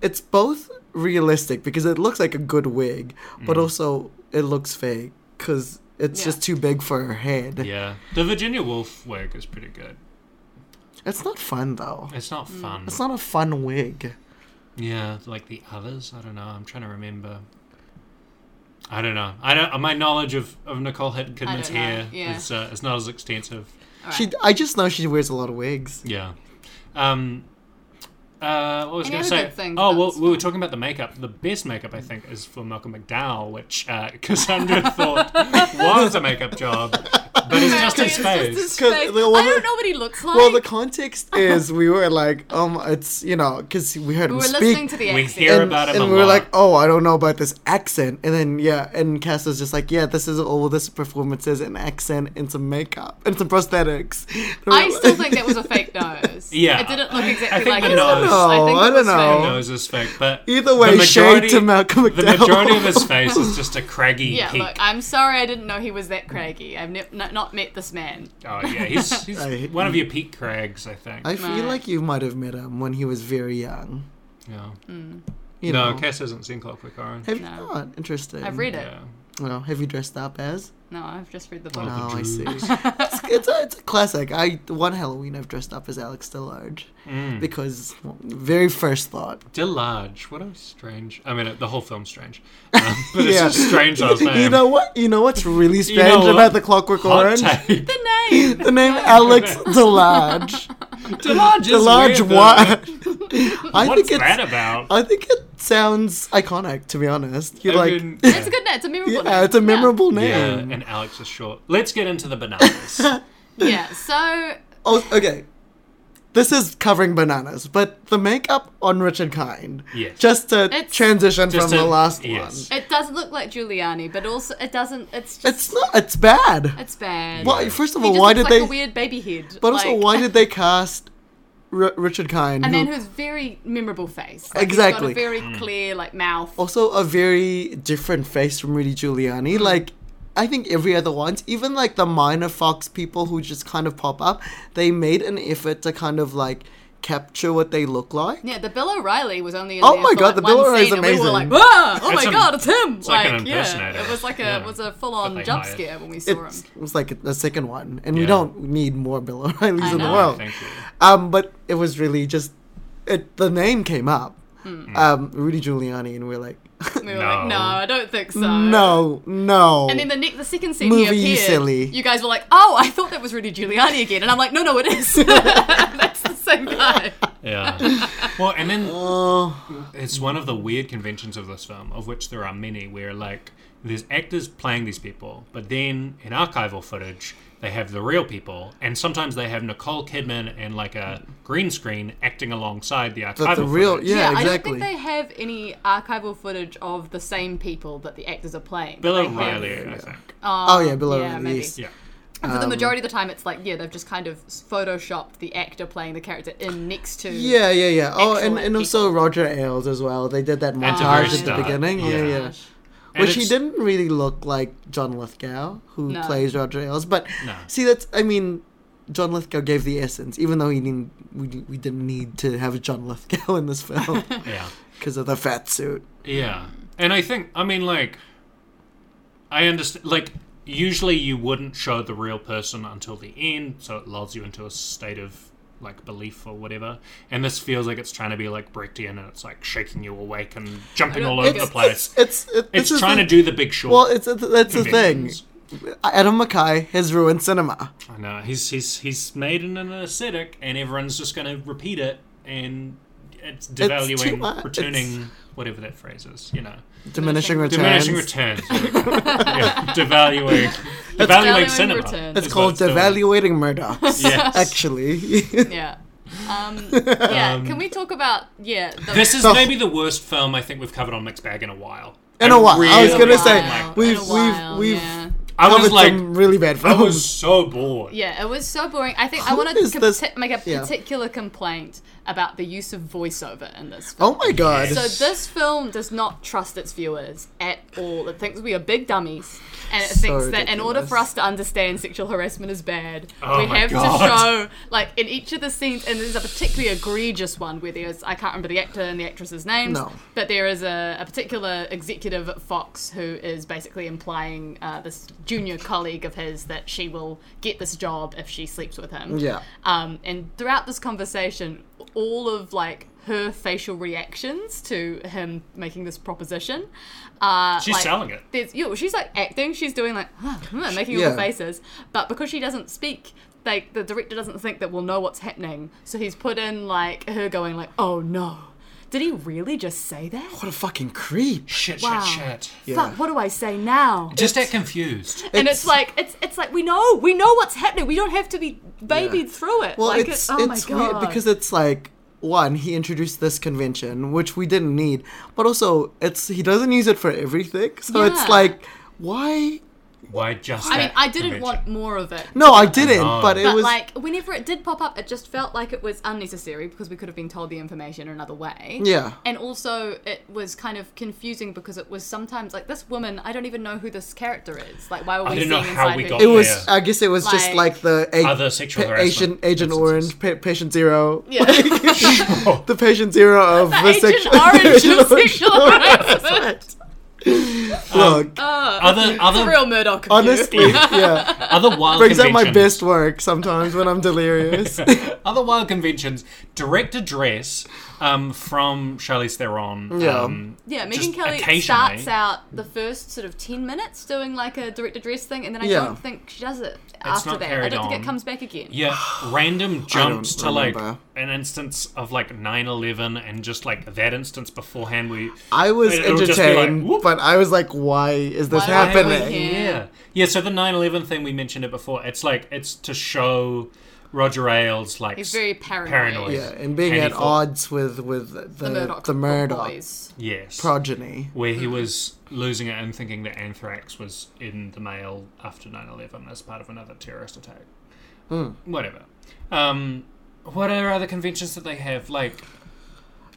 B: it's both realistic because it looks like a good wig,
C: Mm.
B: but also it looks fake because it's
A: Yeah.
B: just too big for her head.
C: Yeah. The Virginia Woolf wig is pretty good.
B: It's not fun though.
C: It's not
A: Mm.
C: fun.
B: It's not a fun wig.
C: Yeah, like the others. I don't know. I'm trying to remember. I don't know. I don't. My knowledge of, of Nicole Kidman's
A: I don't know,
C: hair
A: yeah.
C: is uh, is not as extensive.
B: She, I just know she wears a lot of wigs.
C: Yeah. Um, uh, what was
A: Any
C: going to
A: other
C: say?
A: good things
C: Oh,
A: about
C: well,
A: this
C: we were talking about the makeup. The best makeup, I think, is for Malcolm McDowell, which uh, Cassandra thought was a makeup job, but it's just his
A: Apparently
C: face.
A: it's just his
B: 'Cause
A: face.
B: the
A: I
B: woman-
A: don't know what he looks like.
B: Well, the context is we were like, um, it's you know, because we heard
A: we
B: him
A: were
B: speak,
A: listening to the
C: We
A: accent.
C: hear
B: and,
C: about him
B: and
C: a
B: we were
C: lot.
B: like, oh, I don't know about this accent, and then yeah, and Cass was just like, yeah, this is all this performance is an accent and some makeup and some prosthetics.
A: I still think that was a fake nose.
C: Yeah.
A: It didn't look
C: I
A: exactly
C: think
A: like
C: the
A: his
C: nose-
A: nose.
B: No,
A: think
B: I
A: it was
B: don't know.
A: fake.
B: No.
C: nose is fake, but
B: Either way,
C: the
B: shade
C: majority,
B: to Malcolm
C: The
B: McDowell.
C: majority of his face is just a craggy
A: Yeah,
C: peak.
A: look, I'm sorry I didn't know he was that craggy. I've ne- n- not met this man.
C: oh yeah, he's, he's
B: I-
C: one of your peak crags, I think.
B: I feel
A: Nah.
B: like you might have met him when he was very young.
C: yeah.
B: Mm, You
C: no,
B: know,
C: Cass hasn't seen Clockwork Orange.
B: have you
A: No.
B: not? Interesting.
A: I've read it.
C: Yeah.
B: Well, have you dressed up as?
A: No, I've just read the book.
C: One of the
B: Oh, I see.
C: Jews.
B: It's, it's, a, it's a classic. I one Halloween I've dressed up as Alex Dillard
C: Mm.
B: because well, very first thought.
C: Delarge. What a strange. I mean, the whole film's strange. Um, but it's
B: Yeah.
C: a strange last name.
B: You know what? You know what's really strange
C: know what?
B: about the Clockwork
C: Hot
B: Orange?
C: take.
A: The name!
B: The name Alex Delarge.
C: Delarge is
B: Delarge
C: weird, though.
B: what? I
C: What's
B: think it's.
C: that about?
B: I think it sounds iconic. To be honest, you
C: I
B: like.
C: mean,
A: It's a good name. It's a memorable name.
B: yeah, it's a memorable
C: yeah,
B: name.
C: and Alex is short. Let's get into the bananas.
A: Yeah, yeah so
B: Oh, okay. This is covering bananas, but the makeup on Richard Kind.
C: Yes.
B: Just to
A: It's-
B: transition
C: Just
B: from
C: to-
B: the last
C: yes.
B: one.
A: it does look like Giuliani, but also it doesn't. It's just.
B: It's not. It's bad.
A: It's bad.
B: Why? First of
A: He
B: all,
A: just
B: why
A: looks
B: did
A: like
B: they?
A: a weird baby head.
B: but also,
A: like,
B: why did they cast R- Richard Kind?
A: A
B: who-
A: man who's very memorable face. Like, he's
B: Exactly. Mm. Oh.
A: got a very clear like mouth.
B: also a very different face from Rudy
A: Mm-hmm.
B: Giuliani. Like, I think every other ones, even like the minor Fox people who just kind of pop up, they made an effort to kind of like capture what they look like.
A: Yeah, the Bill O'Reilly was only. In
B: Oh
A: there
B: my
A: for,
B: God,
A: like,
B: the Bill
A: one
B: O'Reilly's
A: scene, and We were like,
B: amazing.
A: "Whoa, oh my
C: It's a-
A: god, it's him!
C: like an
A: yeah,
C: impersonator.
A: it was like a
C: Yeah.
A: it was a full on
C: That they
A: jump
C: hired.
A: scare when we saw
B: It's,
A: him.
B: it was like the second one, and we
C: Yeah.
B: don't need more Bill O'Reillys
A: I
B: in the
A: know.
B: world.
C: Thank you.
B: Um, but it was really just it. The name came up,
A: Hmm.
B: um, Rudy Giuliani, and we are like,
A: We were like,
C: No.
A: "No, I don't think so."
B: no, no.
A: And then the next, the second scene
B: Movie,
A: he
B: you
A: appeared,
B: silly.
A: you guys were like, "Oh, I thought that was Rudy Giuliani again," and I'm like, "No, no, it is. That's the same guy."
C: Yeah. Well, and then
B: oh,
C: it's one of the weird conventions of this film, of which there are many, where like there's actors playing these people, but then in archival footage they have the real people, and sometimes they have Nicole Kidman and like a green screen acting alongside the archival.
B: but the real,
C: footage.
B: yeah,
A: I don't
B: exactly.
A: think they have any archival footage of the same people that the actors are playing.
C: Bill
A: They have-
C: O'Reilly, I think.
B: oh yeah, Bill
A: yeah,
B: O'Reilly.
A: maybe.
B: yes.
C: Yeah.
A: For
B: Um,
A: the majority of the time, it's like yeah, they've just kind of photoshopped the actor playing the character in next to
B: Yeah, yeah, yeah. Oh, and,
A: Excellent
B: and also
A: people.
B: Roger Ailes as well. They did that
C: the very
B: montage at the
C: start,
B: beginning. Yeah,
C: yeah.
B: yeah.
C: And
B: Which he
C: it's-
B: didn't really look like John Lithgow, who
A: No.
B: plays Roger Ailes. But
C: No.
B: see, that's I mean, John Lithgow gave the essence, even though he didn't. We, di- we didn't need to have John Lithgow in this film
C: Yeah.
B: because of the fat suit.
C: Yeah. And I think, I mean, like, I understand, like, usually you wouldn't show the real person until the end, so it lulls you into a state of, like, belief or whatever. And this feels like it's trying to be, like, Brechtian and it's, like, shaking you awake and jumping all over the place.
B: It's it's,
C: It's, trying to do the big short.
B: Well, it's, it's that's the thing.
C: conventions.
B: Adam McKay has ruined cinema.
C: I know. He's, he's, he's made it an aesthetic, and everyone's just going to repeat it, and it's devaluing,
B: much.
C: returning, whatever that phrase is, you know.
B: Diminishing returns.
C: Diminishing returns. yeah. Devaluing. Devaluing
A: Devaluing
C: cinema.
A: returns.
B: It's
C: is
B: called
C: what doing.
B: devaluating Murdochs.
C: Yes.
B: Actually,
A: yeah. Um, yeah, can we talk about yeah? The,
C: This is
B: So-
C: maybe the worst film I think we've covered on Mixed Bag in a while.
B: Oh. in a while, I was
C: really
B: gonna say
C: didn't like that.
B: we've
A: In a while,
B: we've we've
A: yeah.
C: I was
B: covered
C: like,
B: some really bad
C: I
B: films.
C: was so bored.
A: yeah, it was so boring. I think I
B: Who
A: want
B: is
A: to
B: this-
A: make a
B: yeah.
A: particular complaint about the use of voiceover in this. Film.
B: Oh my god!
A: So this film does not trust its viewers at all. It thinks we are big dummies, and it
B: So
A: thinks that in order
B: ridiculous.
A: for us to understand sexual harassment is bad,
C: Oh
A: we
C: my
A: have
C: God.
A: to show like in each of the scenes. And there's a particularly egregious one where there's I can't remember the actor and the actress's names,
B: No.
A: but there is a, a particular executive at Fox who is basically implying uh, this junior colleague of his that she will get this job if she sleeps with him.
B: Yeah.
A: Um, and throughout this conversation, all of like her facial reactions to him making this proposition. Uh,
C: She's
A: like,
C: selling it.
A: There's, you know, she's like acting. She's doing like hmm, making all
B: yeah.
A: the faces, but because she doesn't speak, like the director doesn't think that we'll know what's happening, so he's put in like her going like, "Oh no, did he really just say that?
B: What a fucking creep.
C: Shit,
A: Wow.
C: shit, shit.
B: Yeah.
A: Fuck, what do I say now?"
C: Just act confused.
A: and it's like it's it's like we know we know what's happening. We don't have to be babied through it.
B: Well,
A: like
B: it's
A: oh
B: it's
A: my
B: weird
A: god,
B: because it's like one he introduced this convention which we didn't need, but also it's he doesn't use it for everything, so it's
A: Yeah.
B: like why?
C: Why just?
A: I mean,
C: that
A: I didn't
C: convention?
A: want more of it.
B: No, I didn't.
C: know.
B: But it
A: But
B: was
A: like whenever it did pop up, it just felt like it was unnecessary because we could have been told the information another way.
B: yeah.
A: And also, it was kind of confusing because it was sometimes like this woman. I don't even know who this character is. Like, why were we
C: I don't
A: seeing
C: know how
A: inside
C: we
A: her?
C: got
B: It was.
C: Yeah.
B: I guess it was just
A: Like-
B: like the a-
C: Other sexual harassment
B: Agent Agent
C: instances.
B: Orange, pa- Patient Zero,
A: Yeah.
B: the Patient Zero of the,
A: Agent
B: sexual.
A: Orange of
B: Agent Orange.
A: sexual harassment.
B: Look,
C: other
A: uh, It's a
C: other
A: real Murdoch. of you.
B: honestly, yeah,
C: other wild
B: brings out my
C: conventions-
B: best work sometimes when I'm delirious.
C: Other wild conventions. Direct address um, from Charlize Theron.
B: Yeah.
C: Um,
A: Yeah,
C: just
A: Megan Kelly
C: occasionally.
A: starts out the first sort of 10 minutes doing like a director dress thing, and then I
B: Yeah.
A: don't think she does it after
C: not
A: that. I
C: carried
A: don't think
C: on.
A: it comes back again.
C: Yeah, random jumps to like
B: remember.
C: an instance of like 9/11 and just like that instance beforehand where you,
B: I was
C: It'll just be like,
B: entertained,
C: whoop.
B: but I was like, why is this
A: Why are we
B: happening?
A: here?
C: yeah. Yeah, so the 9/11 thing we mentioned it before. It's like it's to show Roger Ailes like
A: He's very
C: s-
A: paranoid.
C: paranoid.
B: Yeah, and being
C: And he
B: at
C: thought-
B: odds with with the
A: The Murdoch.
B: the Murdoch
A: boys.
C: Yes.
B: progeny.
C: where he was losing it and thinking that anthrax was in the mail after 9-11 as part of another terrorist attack
B: Hmm.
C: whatever um, what are other conventions that they have like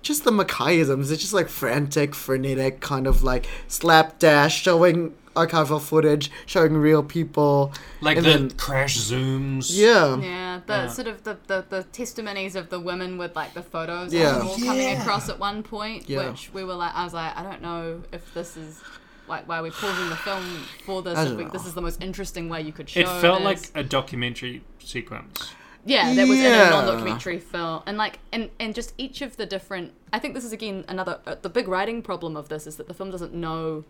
B: Just the Mackayisms. It's just like frantic, frenetic, kind of like slapdash, showing archival footage, showing real people.
C: like
B: and
C: the
B: then-
C: crash zooms
B: yeah.
A: Yeah, the sort of the, the, the testimonies of the women with like the photos
B: Yeah.
A: of them all coming across at one point,
B: Yeah.
A: which we were like, I was like, I don't know if this is like why we're pausing the film for this.
B: I
A: If
B: don't
A: we,
B: know.
A: this is the most interesting way you could show.
C: it felt
A: this.
C: like a documentary sequence
A: Yeah, that was in
B: Yeah.
A: a non-documentary film, and like, and and just each of the different. I think this is again another uh, the big writing problem of this is that the film doesn't know.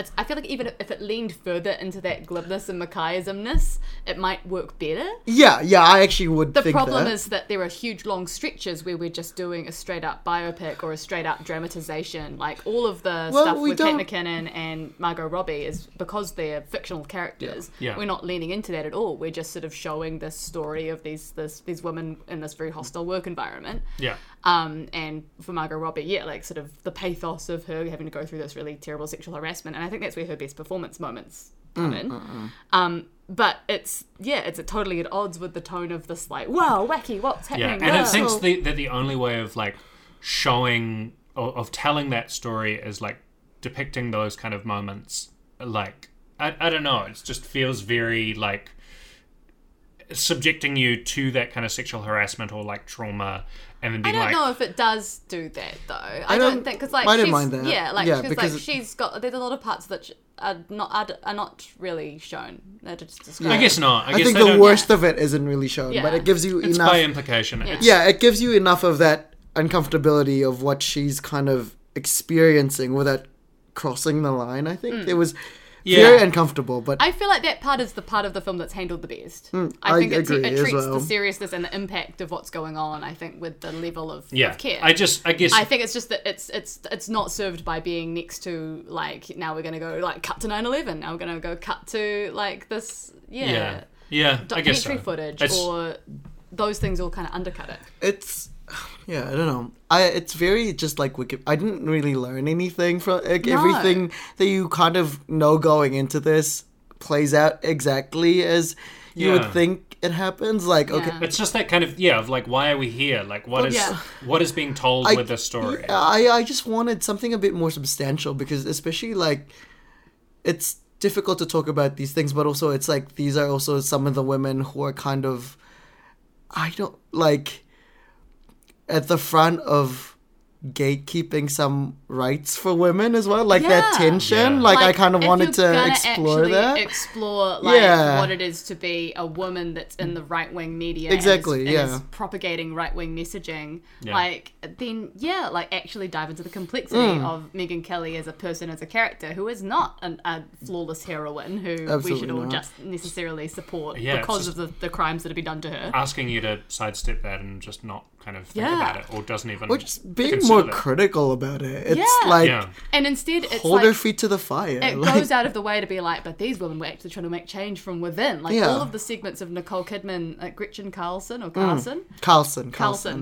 A: It's, I feel like even if it leaned further into that glibness and Mackayismness, it might work better.
B: Yeah, yeah, I actually would
A: The
B: think
A: problem
B: that.
A: is that there are huge long stretches where we're just doing a straight up biopic or a straight up dramatization. Like all of the
B: Well,
A: stuff
B: we
A: with Kate
B: don't-
A: McKinnon and Margot Robbie is because they're fictional characters.
C: Yeah. Yeah.
A: We're not leaning into that at all. We're just sort of showing this story of these this, these women in this very hostile work environment.
C: yeah
A: Um, and for Margot Robbie, yeah, like sort of the pathos of her having to go through this really terrible sexual harassment, and I think that's where her best performance moments come
B: Mm,
A: in. Um, but it's yeah, it's totally at odds with the tone of this like, wow, wacky, what's
C: yeah
A: happening?
C: and
A: Wow."
C: it thinks the, that the only way of like showing of, of telling that story is like depicting those kind of moments like I, I don't know it just feels very like subjecting you to that kind of sexual harassment or like trauma and then
A: I
C: being
A: don't
C: like
A: know if it does do that though. I,
B: don't-
A: don't, think because like
B: I don't
A: she's
B: mind that.
A: yeah, like
B: Yeah,
A: because
B: because
A: like
B: it-
A: she's got there's a lot of parts that sh- are not are, are not really shown. They're just described.
C: I guess not I,
B: I
C: guess
B: think
C: they
B: the
C: don't-
B: worst of it isn't really shown, but
A: Yeah.
B: it gives you
C: it's
B: enough.
C: by implication it's
B: yeah, it gives you enough of that uncomfortability of what she's kind of experiencing without crossing the line. I think it was very
C: Yeah.
B: uncomfortable, but
A: I feel like that part is the part of the film that's handled the best.
B: Hmm, I
A: I think it,
B: agree
A: it
B: as
A: treats
B: well.
A: the seriousness and the impact of what's going on. I think with the level of,
C: yeah
A: of care.
C: I just I guess
A: I think it's just that it's it's it's not served by being next to like now we're gonna go like cut to 9-11, now we're gonna go cut to like this yeah,
C: yeah yeah I guess so.
A: documentary footage
C: It's-
A: or those things all kind of undercut it.
B: it's yeah, I don't know. I it's very just like wiki. I didn't really learn anything from like,
A: No.
B: everything that you kind of know going into this plays out exactly as you
C: Yeah.
B: would think it happens. Like okay,
A: Yeah.
C: it's just that kind of yeah of like why are we here like what is
A: yeah.
C: what is being told with this story
B: Yeah, I, I just wanted something a bit more substantial because especially like it's difficult to talk about these things, but also it's like these are also some of the women who are kind of I don't like at the front of gatekeeping some rights for women as well, like that
A: Yeah.
B: tension.
C: Yeah.
B: Like, I kind of
A: if
B: wanted
A: you're
B: to
A: gonna
B: explore
A: actually
B: that.
A: Explore like
B: Yeah.
A: what it is to be a woman that's in the right wing media. and is-
B: Exactly,
A: and is,
B: yeah.
A: propagating right wing messaging.
C: Yeah.
A: Like then, yeah, like actually dive into the complexity
B: Mm.
A: of Megan Kelly as a person, as a character who is not an, a flawless heroine who we
B: Absolutely
A: should all
B: not.
A: just necessarily support
C: Yeah, it's
A: because
C: just- Uh,
A: of the, the crimes that have been done to her.
C: asking you to sidestep that and just not kind of think
A: Yeah.
C: about it or doesn't even
B: Or just being
C: consider
B: more
C: that.
B: critical about it. It's
A: Yeah.
B: like
C: yeah
A: and instead, it's
B: hold
A: like,
B: their feet to the fire.
A: it
B: like,
A: goes out of the way to be like, but these women were actually trying to make change from within. Like
B: Yeah.
A: all of the segments of Nicole Kidman, like Gretchen Carlson or Carlson,
B: Carlson, Carlson,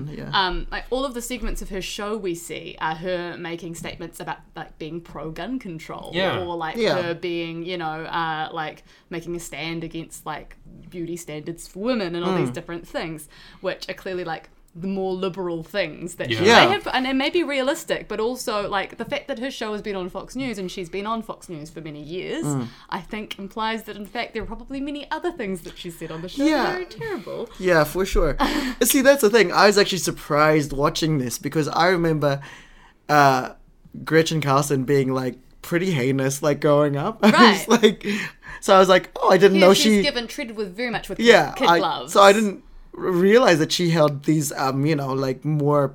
A: Carlson,
B: yeah.
A: um, like all of the segments of her show we see are her making statements about like being pro gun control,
C: Yeah.
A: or like
B: Yeah.
A: her being, you know, uh, like making a stand against like beauty standards for women and all
B: Hmm.
A: these different things, which are clearly like the more liberal things that she
B: Yeah.
A: may have and it may be realistic, but also like the fact that her show has been on Fox News and she's been on Fox News for many years,
B: Hmm.
A: I think implies that in fact there are probably many other things that she said on the show
B: Yeah.
A: that are terrible.
B: Yeah, for sure. See, that's the thing. I was actually surprised watching this because I remember uh, Gretchen Carlson being like pretty heinous, like growing up. I was
A: Right.
B: like, so I was like, oh, I didn't know
A: she's
B: she.
A: given treated with very much with
B: yeah,
A: kid
B: I-
A: gloves.
B: so I didn't r- realize that she held these, um, you know, like more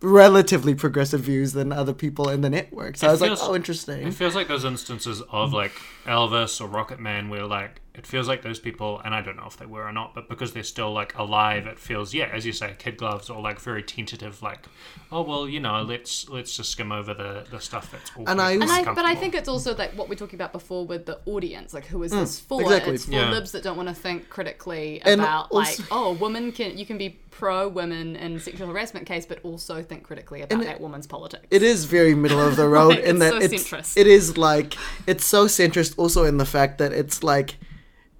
B: relatively progressive views than other people in the network. So I was
C: feels-
B: like, oh,
C: It
B: interesting.
C: feels like those instances of like Elvis or Rocket Man where like it feels like those people and I don't know if they were or not, but because they're still like alive, it feels yeah, as you say, kid gloves or like very tentative, like, oh well, you know, let's let's just skim over the, the stuff that's awkward
B: I-
A: And I, but I
C: uncomfortable.
A: think it's also like what we talked about before with the audience, like who is this for?
B: Hmm, exactly.
A: It's for
C: Yeah.
A: libs that don't want to think critically
B: And
A: about
B: also-
A: like, oh, women can you can be pro women in sexual harassment case, but also think critically about that woman's politics.
B: it is very middle of the road
A: Right,
B: in
A: it's
B: that
A: so
B: it's
A: centrist.
B: it is like it's so centrist also in the fact that it's like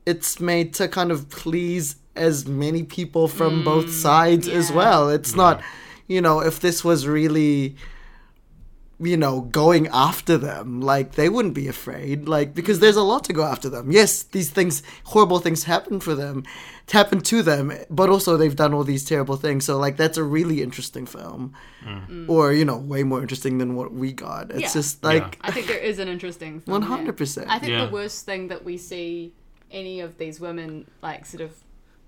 B: it's made to kind of please as many people from both sides as
A: Mm, yeah.
B: well. It's not you know, if this was really you know, going after them, like they wouldn't be afraid, like because there's a lot to go after them. Yes, these things, horrible things happen for them, happen to them, but also they've done all these terrible things. So like that's a really interesting film, or you know, way more interesting than what we got. It's
A: Yeah.
B: just like
A: I think there is an interesting film there.
B: 100%.
A: I think
C: Yeah.
A: the worst thing that we see any of these women like sort of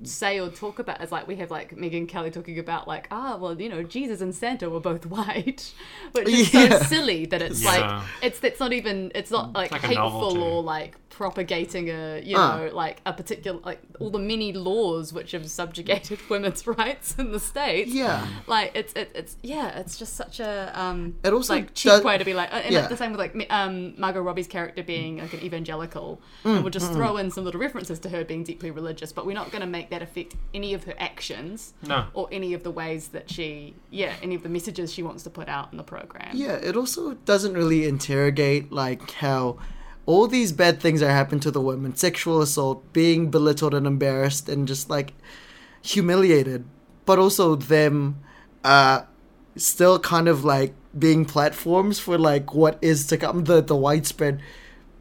A: say or talk about is like we have like Megan Kelly talking about like ah well you know Jesus and Santa were both white, which is
B: Yeah.
A: so silly that it's
C: Yeah.
A: like it's that's not even it's not like,
C: like a novelty.
A: hateful or like propagating a you
B: Ah.
A: know like a particular like all the many laws which have subjugated women's rights in the states
B: yeah.
A: like it's it, it's yeah it's just such a um
B: It also
A: like cheap
B: does-
A: way to be like uh, and
B: yeah.
A: like the same with like Mi- um margot robbie's character being like an evangelical
B: Mm,
A: and we'll just throw in some little references to her being deeply religious but we're not going to make that affect any of her actions
C: No.
A: or any of the ways that she yeah any of the messages she wants to put out in the program
B: Yeah, it also doesn't really interrogate like how all these bad things are happening to the women, sexual assault, being belittled and embarrassed and just like humiliated, but also them uh still kind of like being platforms for like what is to come the the widespread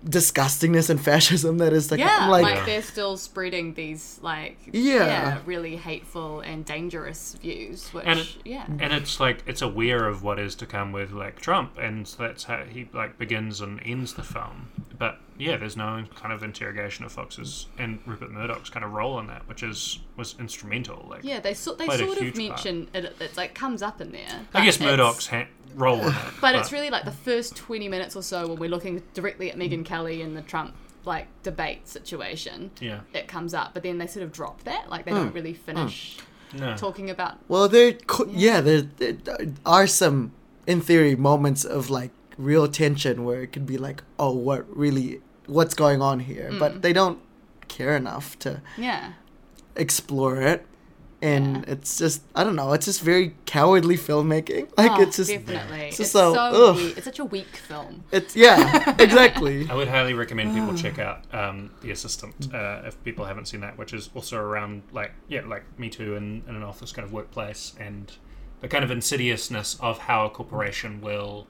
B: disgustingness and fascism that is to
A: yeah,
B: come
A: like,
B: like
A: they're still spreading these like
B: Yeah.
A: really hateful and dangerous views, which
C: And it-
A: yeah,
C: and it's like it's aware of what is to come with like Trump, and so that's how he like begins and ends the film. But yeah, there's no kind of interrogation of Fox's and Rupert Murdoch's kind of role in that, which is was instrumental. Like
A: yeah, they sort they
C: Played a
A: sort of
C: huge part.
A: mention it. It's like comes up in there.
C: I guess
A: but it's-
C: Murdoch's ha- role in it,
A: But it's really like the first 20 minutes or so when we're looking directly at Megan Kelly and the Trump like debate situation.
C: Yeah.
A: It comes up, but then they sort of drop that.
B: Hmm.
A: Like they don't really finish
C: no.
A: talking about.
B: Well, there, co- yeah, there, there are some, in theory, moments of like real tension where it could be like, oh, what really, what's going on here? But they don't care enough to
A: Yeah.
B: explore it, and it's just, I don't know, it's just very cowardly filmmaking. Like
A: Oh,
B: it's just,
A: definitely. It's,
B: just
A: so,
B: so- ugh.
A: wee- it's such a weak film.
B: it's yeah, exactly.
C: I would highly recommend people check out um, the assistant uh, if people haven't seen that, which is also around like yeah, like Me Too and in an office kind of workplace and the kind of insidiousness of how a corporation will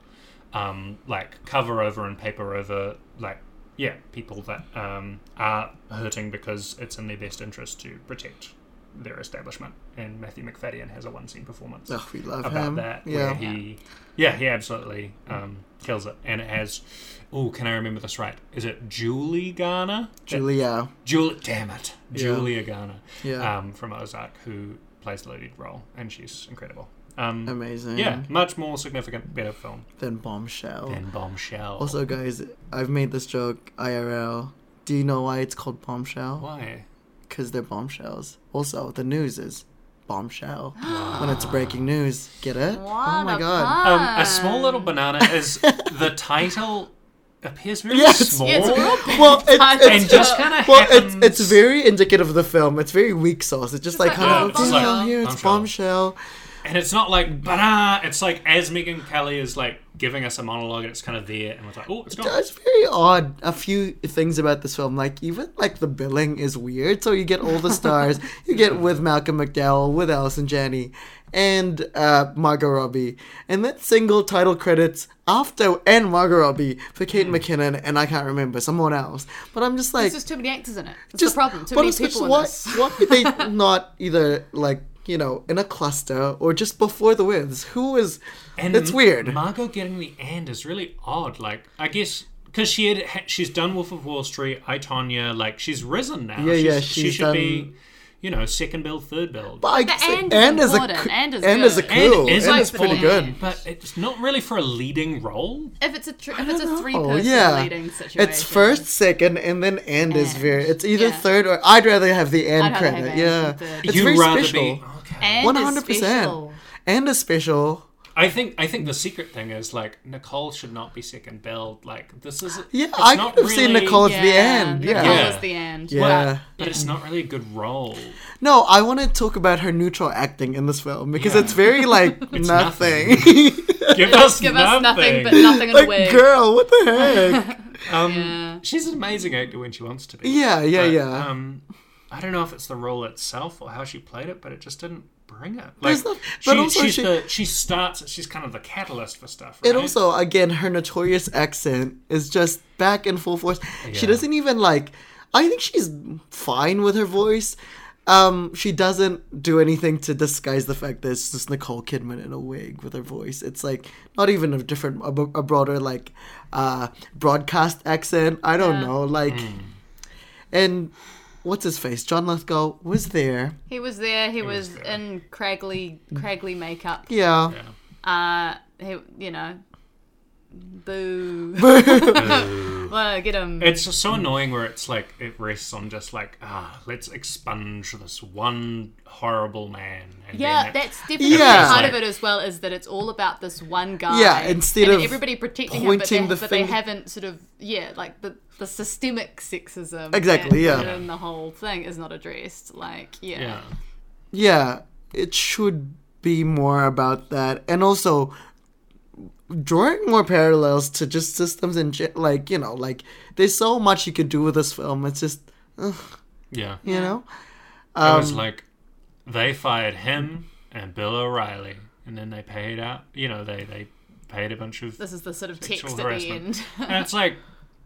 C: um, like cover over and paper over like yeah people that um, are hurting because it's in their best interest to protect their establishment, and Matthew McFadden has a one scene performance
B: Oh, we love
C: about
B: him.
C: that.
B: yeah.
C: Where he, yeah, he absolutely um, kills it. And it has, oh, can I remember this right? Is it Julie Garner?
B: Julia.
C: Julie, damn it. Julia Garner
B: Yeah.
C: um, from Ozark, who plays the lead role, and she's incredible. Um,
B: Amazing.
C: yeah, much more significant, better film
B: Then Bombshell.
C: than Bombshell.
B: Also, guys, I've made this joke IRL. Do you know why it's called Bombshell?
C: why?
B: Because they're bombshells. Also, the news is Bombshell. when it's breaking news. Get it? oh my
A: a
B: god.
A: pun.
C: Um, a small little banana is the title appears very
B: Yes.
C: small.
A: Yeah, it's real big
B: Well, it's,
A: time.
B: it's,
C: and
B: it's-
C: just kind of
B: well, it's it's very indicative of the film. It's very weak sauce. It's just like
A: like,
B: kind
A: oh,
B: of oh,
A: bombshell.
B: here it's
C: Bombshell.
B: bombshell.
C: and it's not like banana. It's like as Megan Kelly is like giving us a monologue, and it's kind of there, and we're like, oh, it's gone.
B: It's very odd. A few things about this film, like even like the billing is weird. So you get all the stars. you get with Malcolm McDowell, with Allison Janney, and uh, Margot Robbie, and then single title credits after and Margot Robbie for Kate
A: Hmm.
B: McKinnon, and I can't remember someone else. But I'm just like,
A: There's just too many actors in it. It's just, the problem. Too
B: but
A: many
B: it's just
A: people in
B: why,
A: this.
B: why are they not either like you know in a cluster or just before the wins? Who is?
C: And
B: it's weird.
C: Margot getting the and is really odd. Like I guess because she had ha- she's done Wolf of Wall Street, I Tonya. Like she's risen now.
B: Yeah, yeah,
C: she
B: she's
C: should be,
B: done-
C: you know, second build, third build.
B: But I
A: The
B: guess it-
A: end is
B: and is a
A: important.
B: coo-
A: And is
B: and is a
A: good.
B: cool.
C: And is
B: And
C: like
B: is pretty
C: important.
B: good.
C: But it's not really for a leading role.
A: If it's a tr- if it's a three
B: Oh
A: person
B: yeah,
A: leading situation,
B: it's first, second, and then end, is
A: And,
B: very. It's either
A: yeah.
B: third or I'd rather have the end
A: rather have
B: credit.
A: end
B: yeah,
A: than third.
B: it's
C: You'd
B: very
C: rather
B: special.
C: be okay.
A: and
B: One
A: is
B: hundred percent.
A: special.
B: And is special.
C: I think I think the secret thing is like Nicole should not be second build. Like this is
B: Yeah,
C: it's
B: I
C: not
B: could have seen
C: really-
B: Nicole at
A: Yeah,
B: the end.
A: Nicole
B: Yeah.
C: Yeah.
A: is the end.
B: Yeah.
C: but it's not really a good role.
B: No, I want to talk about her neutral acting in this film because
C: Yeah.
B: it's very like
C: It's
B: nothing.
C: Give us
A: Give
C: nothing.
A: us nothing but nothing in a
B: like,
A: wig.
B: girl, what the heck?
C: um,
A: Yeah.
C: she's an amazing actor when she wants to be.
B: yeah, yeah,
C: But,
B: yeah.
C: Um, I don't know if it's the role itself or how she played it, but it just didn't bring it. Like,
B: There's not-
C: she,
B: but also
C: she's
B: she-
C: the, she starts. She's kind of the catalyst for stuff. Right?
B: And also, again, her notorious accent is just back in full force. She
C: Yeah.
B: doesn't even like. I think she's fine with her voice. Um, she doesn't do anything to disguise the fact that it's just Nicole Kidman in a wig with her voice. It's like not even a different, a, a broader like uh, broadcast accent. I don't know, like,
C: Hmm.
B: and what's his face? John Lithgow was there.
A: He was there. He, was,
C: there.
A: in craggly craggly makeup.
B: Yeah,
A: Uh, he, you know, boo. well, get him.
C: It's just so annoying where it's like it rests on just like ah, let's expunge this one horrible man. And
A: Yeah,
C: then it-
A: that's definitely
B: Yeah.
A: part of
C: Like-
A: it as well. Is that it's all about this one guy.
B: Yeah, instead
A: and
B: of
A: everybody protecting him, but, they,
B: pointing the
A: but they
B: finger-
A: haven't sort of yeah, like the the systemic sexism.
B: Exactly,
A: and-
B: yeah.
A: And the whole thing is not addressed. Like yeah,
C: yeah.
B: yeah. It should be more about that, and also drawing more parallels to just systems and ge- like you know like there's so much you could do with this film it's just
C: yeah,
B: you know
C: It
A: Um,
C: was like they fired him and Bill O'Reilly, and then they paid out. You know, they they paid a bunch of
A: this is the sort of
C: Sexual
A: text at the
C: harassment.
A: end.
C: and it's like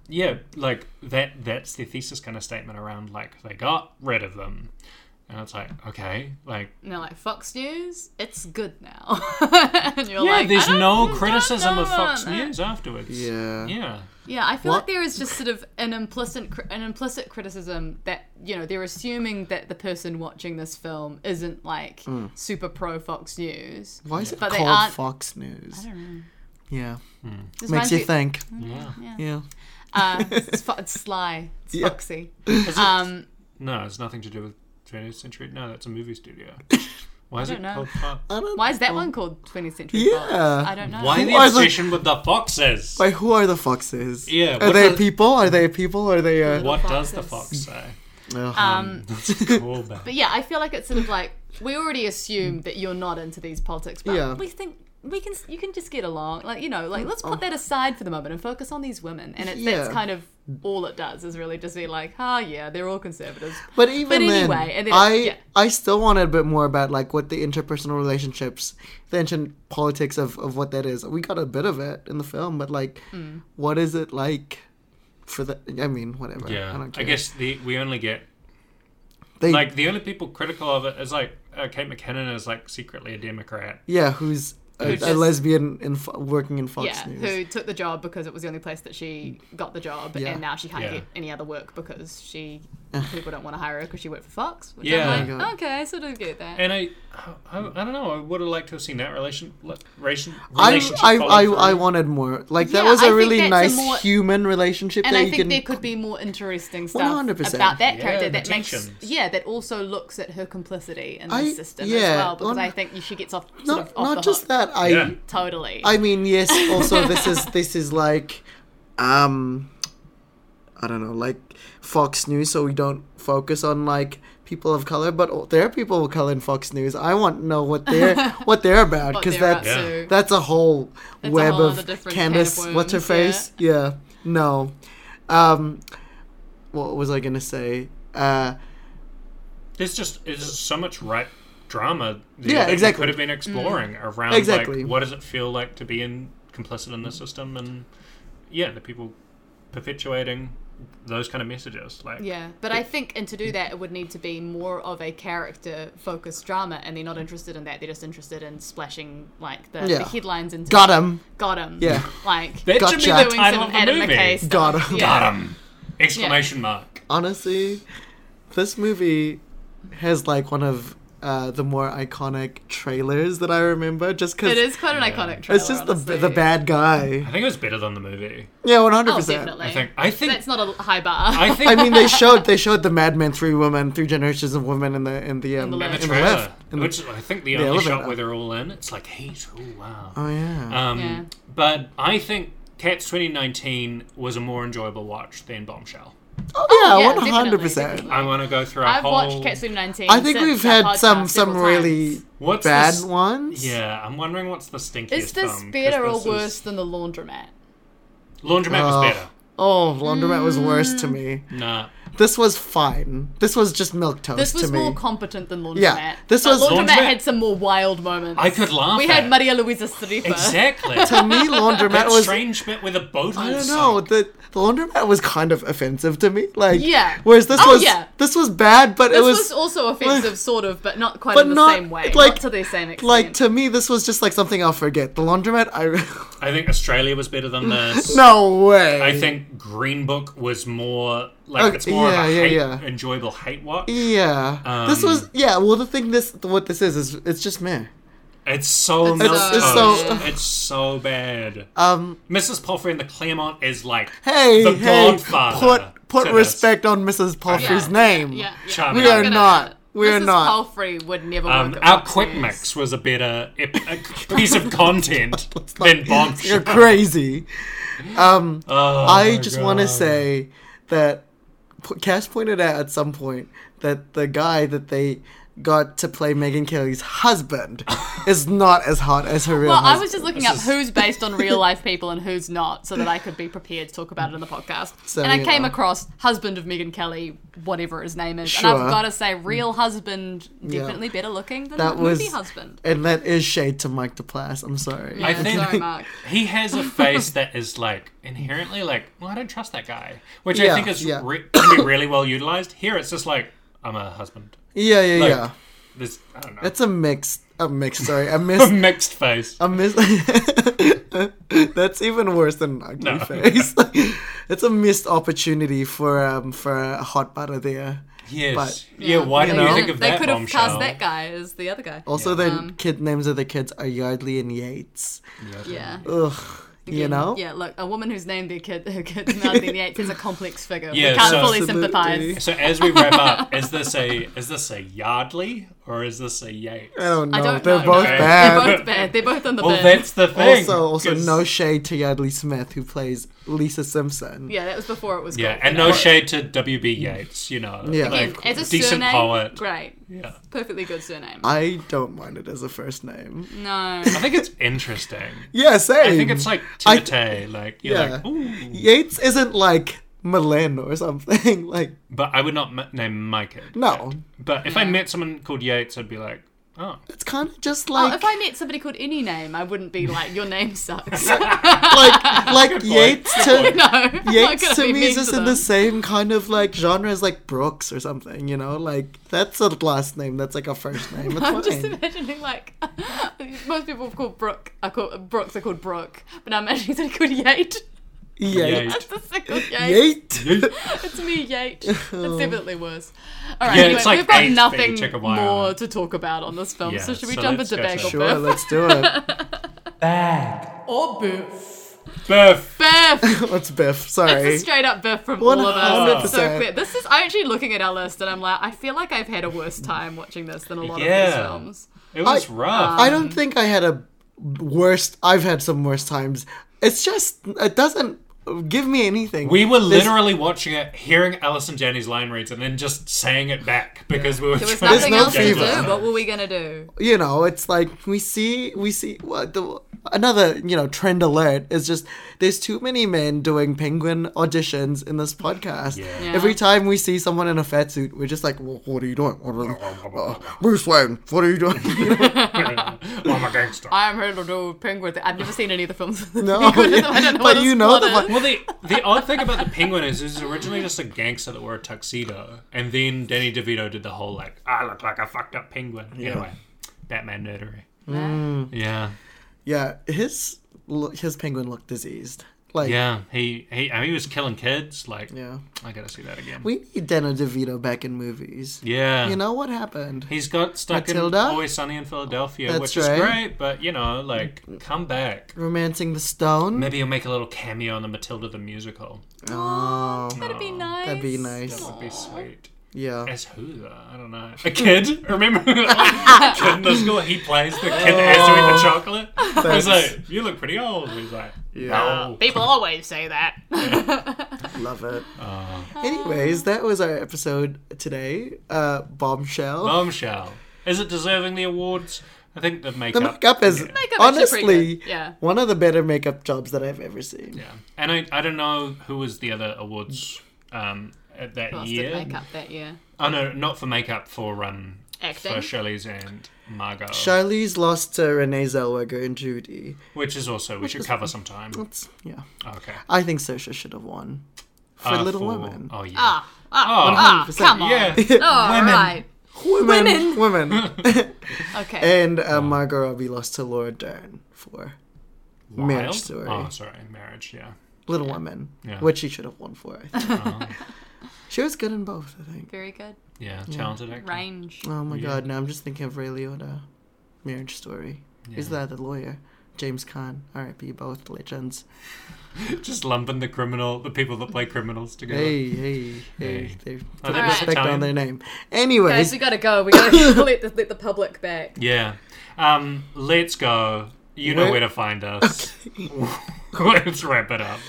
C: yeah like that that's the thesis kind of statement around like they got rid of them and it's like okay like
A: And they're like, Fox News, it's good now. and you're
C: yeah
A: like,
C: there's
A: "I don't
C: no
A: know
C: criticism of fox
A: about that."
C: news afterwards
B: Yeah.
C: yeah
A: Yeah, I feel like
B: What?
A: there is just sort of an implicit cri- an implicit criticism that you know they're assuming that the person watching this film isn't like
C: Hmm.
A: super pro Fox News.
B: why is it
A: But they
B: called
A: aren't-
B: fox news
A: I don't know.
B: yeah
A: This
B: makes
A: reminds
B: you
A: me- Hmm?
B: think
C: yeah
B: yeah
A: Uh, it's, fo- it's sly. It's
B: Yeah.
A: foxy.
C: Is it-
A: Um,
C: no it's nothing to do with 20th century no that's a movie studio why is it
A: don't know. Uh,
C: called fox
B: I don't,
A: why is that one called 20th Century Fox?
B: Yeah.
A: I don't know.
C: why the
B: Why is it-
C: obsession with the foxes
B: like who are the foxes
C: Yeah,
B: are
C: what
B: they
C: the-
B: people are they people are they uh, oh,
C: what does the fox
A: Foxes.
C: say
B: ugh.
A: Um,
C: Cool, man.
A: but yeah, I feel like it's sort of like we already assume that you're not into these politics, but
B: Yeah.
A: we think. We can you can just get along, like you know, like let's put that aside for the moment and focus on these women, and it's that's
B: Oh. Yeah.
A: kind of all it does is really just be like, ah, yeah, they're all conservatives.
B: But even then,
A: anyway, and then-
B: I
A: yeah.
B: I still want a bit more about like what the interpersonal relationships, the ancient politics of of what that is. We got a bit of it in the film, but like,
A: Hmm.
B: what is it like for the? I mean, whatever.
C: yeah
B: I
C: i,
B: don't care.
C: guess the, we only get
B: They,
C: Like the only people critical of it is like uh, Kate McKinnon is like secretly a Democrat.
B: yeah, who's a,
A: Who
B: a
A: just-
B: lesbian in, Fo- working in Fox
A: yeah,
B: News?
A: who took the job because it was the only place that she got the job,
B: Yeah.
A: and now she can't
C: Yeah.
A: get any other work because she people don't want to hire her because she worked for Fox. Which
C: Yeah.
A: I'm
B: Oh my
A: like,
B: God.
A: okay, I sort of get that.
C: And I, I, I don't know. I would have liked to have seen that relation, le- ration,
B: I,
C: relationship.
B: I,
C: follow
B: I,
C: through.
B: I wanted more. Like that
A: Yeah,
B: was
A: I
B: a
A: think
B: really
A: that's a
B: nice
A: more-
B: human relationship
A: and
B: that
A: I
B: you
A: think
B: can.
A: there could be more interesting stuff
B: 100%.
A: about that
C: Yeah,
A: character
C: the
A: that makes
C: tensions.
A: yeah that also looks at her complicity in
B: I-
A: the system as
B: yeah,
A: well because
B: on-
A: I think she gets off sort
B: not
A: of off the
B: not just
A: hook.
B: that. I
C: Yeah.
A: totally
B: I mean, yes. Also, this is this is like, um, I don't know, like Fox News. So we don't focus on like people of color, but o- there are people of color in Fox News. I want to know what they're what they're about
A: What
B: because
A: they're up
B: that's
C: to. Yeah.
B: that's a whole
A: That's a
B: web
A: whole other
B: of
A: different can of
B: Candace. what's her
A: worms,
B: face? Yeah. No. Um, what was I gonna say? Uh,
C: There's just it's just so much right drama. that
B: Yeah,
C: I think we
B: exactly. Mm.
C: Could have been exploring around
B: Exactly.
C: like what does it feel like to be in complicit in the system, and yeah, the people perpetuating those kind of messages. Like
A: Yeah, but I think, and to do that, it would need to be more of a character-focused drama, and they're not interested in that. They're just interested in splashing like the,
B: Yeah.
A: the headlines into
B: got him.
A: got 'em.
B: Yeah.
A: like
C: that should be
B: Gotcha.
C: the
A: doing
C: title
A: some
C: of the
A: Adam
C: movie.
A: McKay stuff.
B: Got 'em.
A: Yeah.
C: Got 'em! Exclamation mark.
B: honestly, this movie has like one of uh, the more iconic trailers that I remember. Just because
A: It is quite an iconic trailer.
B: it's just the
A: honestly.
B: the bad guy.
C: I think it was better than the movie.
B: Yeah, one hundred
A: Oh,
B: percent.
A: definitely.
C: I think. I think.
A: That's not a high bar.
C: I think.
B: I mean, they showed they showed the Mad Men, three women, three generations of women in the in the um,
A: the
C: in
A: left.
C: the
B: in the
C: trailer,
B: left. In the-
C: which I think the, only shot
B: elevator.
C: where they're all in, it's like heat. Oh wow.
B: oh yeah,
C: Um,
A: Yeah.
C: But I think Cats 2019 was a more enjoyable watch than Bombshell.
B: oh
A: yeah,
B: yeah, one
A: definitely,
B: hundred percent.
A: definitely.
C: I want to go through a
A: I've
C: whole.
A: watched Ketsumi 19.
B: I think
A: since
B: we've
A: that
B: had some
A: podcast
B: some
A: several
B: really
A: times.
C: What's
B: bad
C: this-
B: ones.
C: Yeah, I'm wondering what's the stinkiest.
A: Is this
C: film, 'cause
A: better or
C: this is-
A: worse than the Laundromat?
C: Laundromat
B: Oh.
C: was better.
B: Oh, Laundromat was worse
A: Mm.
B: to me.
C: Nah.
B: This was fine. This was just milk toast
A: This was
B: to me.
A: more competent than Laundromat.
B: Yeah, this
A: but
B: was-
A: Laundromat,
C: Laundromat-
A: had some more wild moments.
C: I could laugh.
A: we had
C: at
A: Maria Luisa
C: it.
A: Sarifa.
C: Exactly.
B: to me, Laundromat
C: that
B: was
C: strange bit with a boat.
B: I don't know. The, the laundromat was kind of offensive to me. Like
A: Yeah.
B: Whereas this
A: Oh,
B: was
A: yeah.
B: this was bad, but
A: This
B: it
A: was,
B: was,
A: also offensive, sort of, but not quite
B: But
A: in the
B: not-
A: same way.
B: like-
A: not to the same extent.
B: like to me this was just like something I'll forget. The laundromat I
C: I think Australia was better than this.
B: No way.
C: I think Green Book was more like
B: Okay,
C: it's more
B: Oh, yeah,
C: of a
B: yeah,
C: hate,
B: yeah.
C: enjoyable hate watch.
B: Yeah. this
C: Um,
B: was yeah, well the thing this what this is is it's just meh.
C: It's so
A: It's
C: milk
A: so-
C: toast.
B: it's
C: It's so bad.
B: Um
C: Mrs. Palfrey and the Claremont is like
B: hey,
C: the
B: hey
C: Godfather.
B: put put
C: to this.
B: respect on Mrs. Palfrey's
A: Yeah,
B: name.
A: yeah, yeah.
C: Charming.
B: We
C: I'm
B: are
A: Gonna-
B: not. We are
A: Mrs.
B: not.
A: Palfrey would never
C: Um,
A: work at
C: our
A: Fox
C: quick
A: News.
C: mix was a better ep- a piece of content than
B: You're
C: Bombshell.
B: crazy.
C: Oh
B: I
C: my
B: just want to
C: God.
B: say that P- Cash pointed out at some point that the guy that they got to play Megan Kelly's husband is not as hot as her real
A: Well, I
B: husband.
A: was just looking up who's based on real life people and who's not, so that I could be prepared to talk about it in the podcast.
B: So,
A: and I
B: you
A: came
B: know.
A: across husband of Megan Kelly, whatever his name is, and
B: Sure.
A: I've got to say, real husband definitely better looking than
B: That
A: movie
B: was-
A: husband.
B: and that is shade to Mike DePlace. I'm sorry.
C: I
A: Yeah,
C: think-
A: sorry, Mark.
C: He has a face that is like inherently like, well, I don't trust that guy, which
B: Yeah,
C: I think is
B: yeah.
C: re- can be really well utilized. Here, it's just like I'm a husband.
B: yeah, yeah,
C: Like,
B: yeah.
C: This I don't know.
B: It's a mix. A mix. Sorry, a
C: a
B: miss.
C: mixed face.
B: a miss. That's even worse than an ugly
C: No.
B: face. it's a missed opportunity for um for a hot butter there.
C: Yes.
B: but-
C: yeah. Why
A: they
C: did
B: you
C: you
A: could've-
C: think of
A: They
C: that
A: could have
C: bombshell?
A: cast that guy as the other guy.
B: Also, the
A: Um,
B: kid names of the kids are Yardley and Yates.
A: Yeah.
B: Ugh. You know.
A: Yeah, look, a woman who's named their kid her kid's Melody in the Eights is a complex figure.
C: Yeah,
A: we can't
C: so-
A: fully
B: Absolutely.
A: sympathise.
C: So as we wrap up, is this a is this a Yardley or is this a Yates?
B: I don't know.
A: I don't
B: They're
A: know.
B: both
C: Okay.
A: They're
B: bad.
A: both bad. They're both on the
C: Well,
A: bin.
C: that's the thing.
B: also, also
C: 'cause-
B: no shade to Yardley Smith, who plays Lisa Simpson.
A: Yeah, that was before it was
C: Yeah,
A: cool,
C: and
A: you know.
C: no shade to W.B. Yeats. You know,
B: Yeah.
A: Again,
C: like
A: as a
C: decent
A: surname,
C: poet.
A: great.
C: Yeah.
A: Perfectly good surname.
B: I don't mind it as a first name.
A: no.
C: I think it's interesting.
B: Yeah, same.
C: I think it's like
B: I-
C: Timotei. Like you're
B: Yeah.
C: like, ooh.
B: Yates isn't like Milan or something. like
C: But I would not m- name my kid.
B: no,
C: But if I met someone called Yates, I'd be like, Oh,
B: It's kind of just
A: Oh,
B: like
A: if I met somebody called any name, I wouldn't be like, your name sucks. no.
B: like like Yates to
A: I'm not
B: Yates
A: gonna
B: to me
A: be mean
B: is just
A: to
B: in the
A: them.
B: same kind of like genre as like Brooks or something, you know? Like that's a last name, that's like a first name. It's
A: I'm just
B: fine.
A: imagining like most people called Brooke are called Brooks are called Brooke, but I'm imagining somebody called Yate.
B: Yate.
A: That's the single Yate.
B: Yate.
A: It's me, Yate. It's
B: Oh.
A: definitely worse. All right,
C: Yeah,
A: anyway,
C: it's like
A: we've got
C: eight, but you
A: nothing
C: check a wire.
A: more to talk about on this film,
C: Yeah,
A: so should we
C: so
A: jump
C: let's
A: into
C: go to-
A: Bagel
B: Sure,
A: Biff?
B: let's do it.
A: Or Biff.
C: Biff.
A: Biff!
B: What's Biff?
A: It's a
B: Sorry.
A: straight up Biff from all of us.
B: 100%.
A: It's so clear. This is, I'm actually looking at our list and I'm like, I feel like I've had a worse time watching this than a lot of these
C: Yeah.
A: films.
C: It was
B: I- uh,
C: rough.
B: I don't think I had a worst. I've had some worse times. It's just it doesn't give me anything.
C: we were
B: There's-
C: literally watching it, hearing Alice and Danny's line reads, and then just saying it back because we were
A: There was
C: trying
A: nothing
C: to
B: no
A: else
C: engage
A: to
B: fever.
A: do.
C: us.
A: What were we going to do?
B: you know, it's like we see we see what the another you know trend alert is just there's too many men doing penguin auditions in this podcast.
C: Yeah.
B: Every time we see someone in a fat suit, we're just like, well, what are you doing? What are, uh, Bruce Wayne, what are you doing?
C: I'm a gangster.
A: I'm here to do Penguin. I've never seen any of the films.
B: No,
A: I don't know
B: yeah,
A: what
B: but
A: his
B: you know
A: plot
B: the
A: is.
B: one-
C: Well, the the odd thing about the penguin is, is originally just a gangster that wore a tuxedo, and then Danny DeVito did the whole like, I look like a fucked up penguin. Anyway, Batman nerdery.
B: Mm.
C: Yeah,
B: yeah, his lo- his penguin looked diseased. Like
C: yeah. He he. I mean, he was killing kids. Like,
B: yeah.
C: I gotta see that again.
B: we need Dana DeVito back in movies.
C: yeah,
B: You know what happened?
C: He's got stuck
B: Matilda?
C: in Always Sunny in Philadelphia,
B: That's
C: which is
B: right. Mm-hmm.
C: great, but you know, like, come back.
B: Romancing the Stone.
C: Maybe you'll make a little cameo on the Matilda the musical.
B: Oh,
A: That'd be nice.
B: that'd be nice.
C: That would be sweet.
B: Yeah.
C: As who though? I don't know. A kid? Remember the kid in the school? He plays the kid that has to eat the chocolate. He's like, "You look pretty old." He's like, "No."
A: People always say that.
B: Love it. Anyways, that was our episode today. Uh, bombshell.
C: Bombshell. Is it deserving the awards? I think the
B: the
C: makeup.
B: makeup is
A: Makeup actually pretty
B: honestly
A: good, yeah.
B: one of the better makeup jobs that I've ever seen.
C: Yeah. And I, I don't know who was the other awards um, at that
A: Lost
C: year.
A: makeup that year.
C: Oh no, not for makeup for um
A: Acting.
C: for Shelley's and Margot,
B: Charlize lost to Renee Zellweger and Judy.
C: which is also we should cover sometime.
B: It's, yeah,
C: Okay.
B: I think Saoirse should have won for
C: Uh,
B: Little
C: for-
B: Women.
C: Oh yeah.
A: Ah, ah,
C: Oh,
A: ah, come on.
C: yeah.
A: All right.
B: Women, women,
A: Okay.
B: and uh, Margot Robbie lost to Laura Dern for Marriage
C: Wild?
B: Story.
C: Oh, sorry, marriage. Yeah.
B: Little Women,
C: Yeah.
B: which she should have won for. I think. she was good in both. I think.
A: Very good.
C: Yeah, talented actor.
A: Range.
B: Oh my god, now I'm just thinking of Ray Liotta. Marriage Story. Is that the lawyer? James Caan. R.I.P. Both legends.
C: Just lumping the criminal, the people that play criminals together.
B: Hey, hey, hey.
C: Hey.
B: They
C: Are
B: put
C: they
A: Alright.
B: respect on
C: Italian?
B: their name.
A: Guys,
B: Anyways,
A: we gotta go. We gotta let the, let the public back.
C: Yeah. Um, let's go. You know
B: Where-
C: where to find us. let's wrap it up.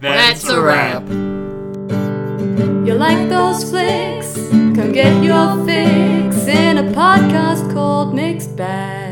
C: That's,
A: That's a wrap.
F: You like those flicks? Come get your fix in a podcast called Mixed Bag.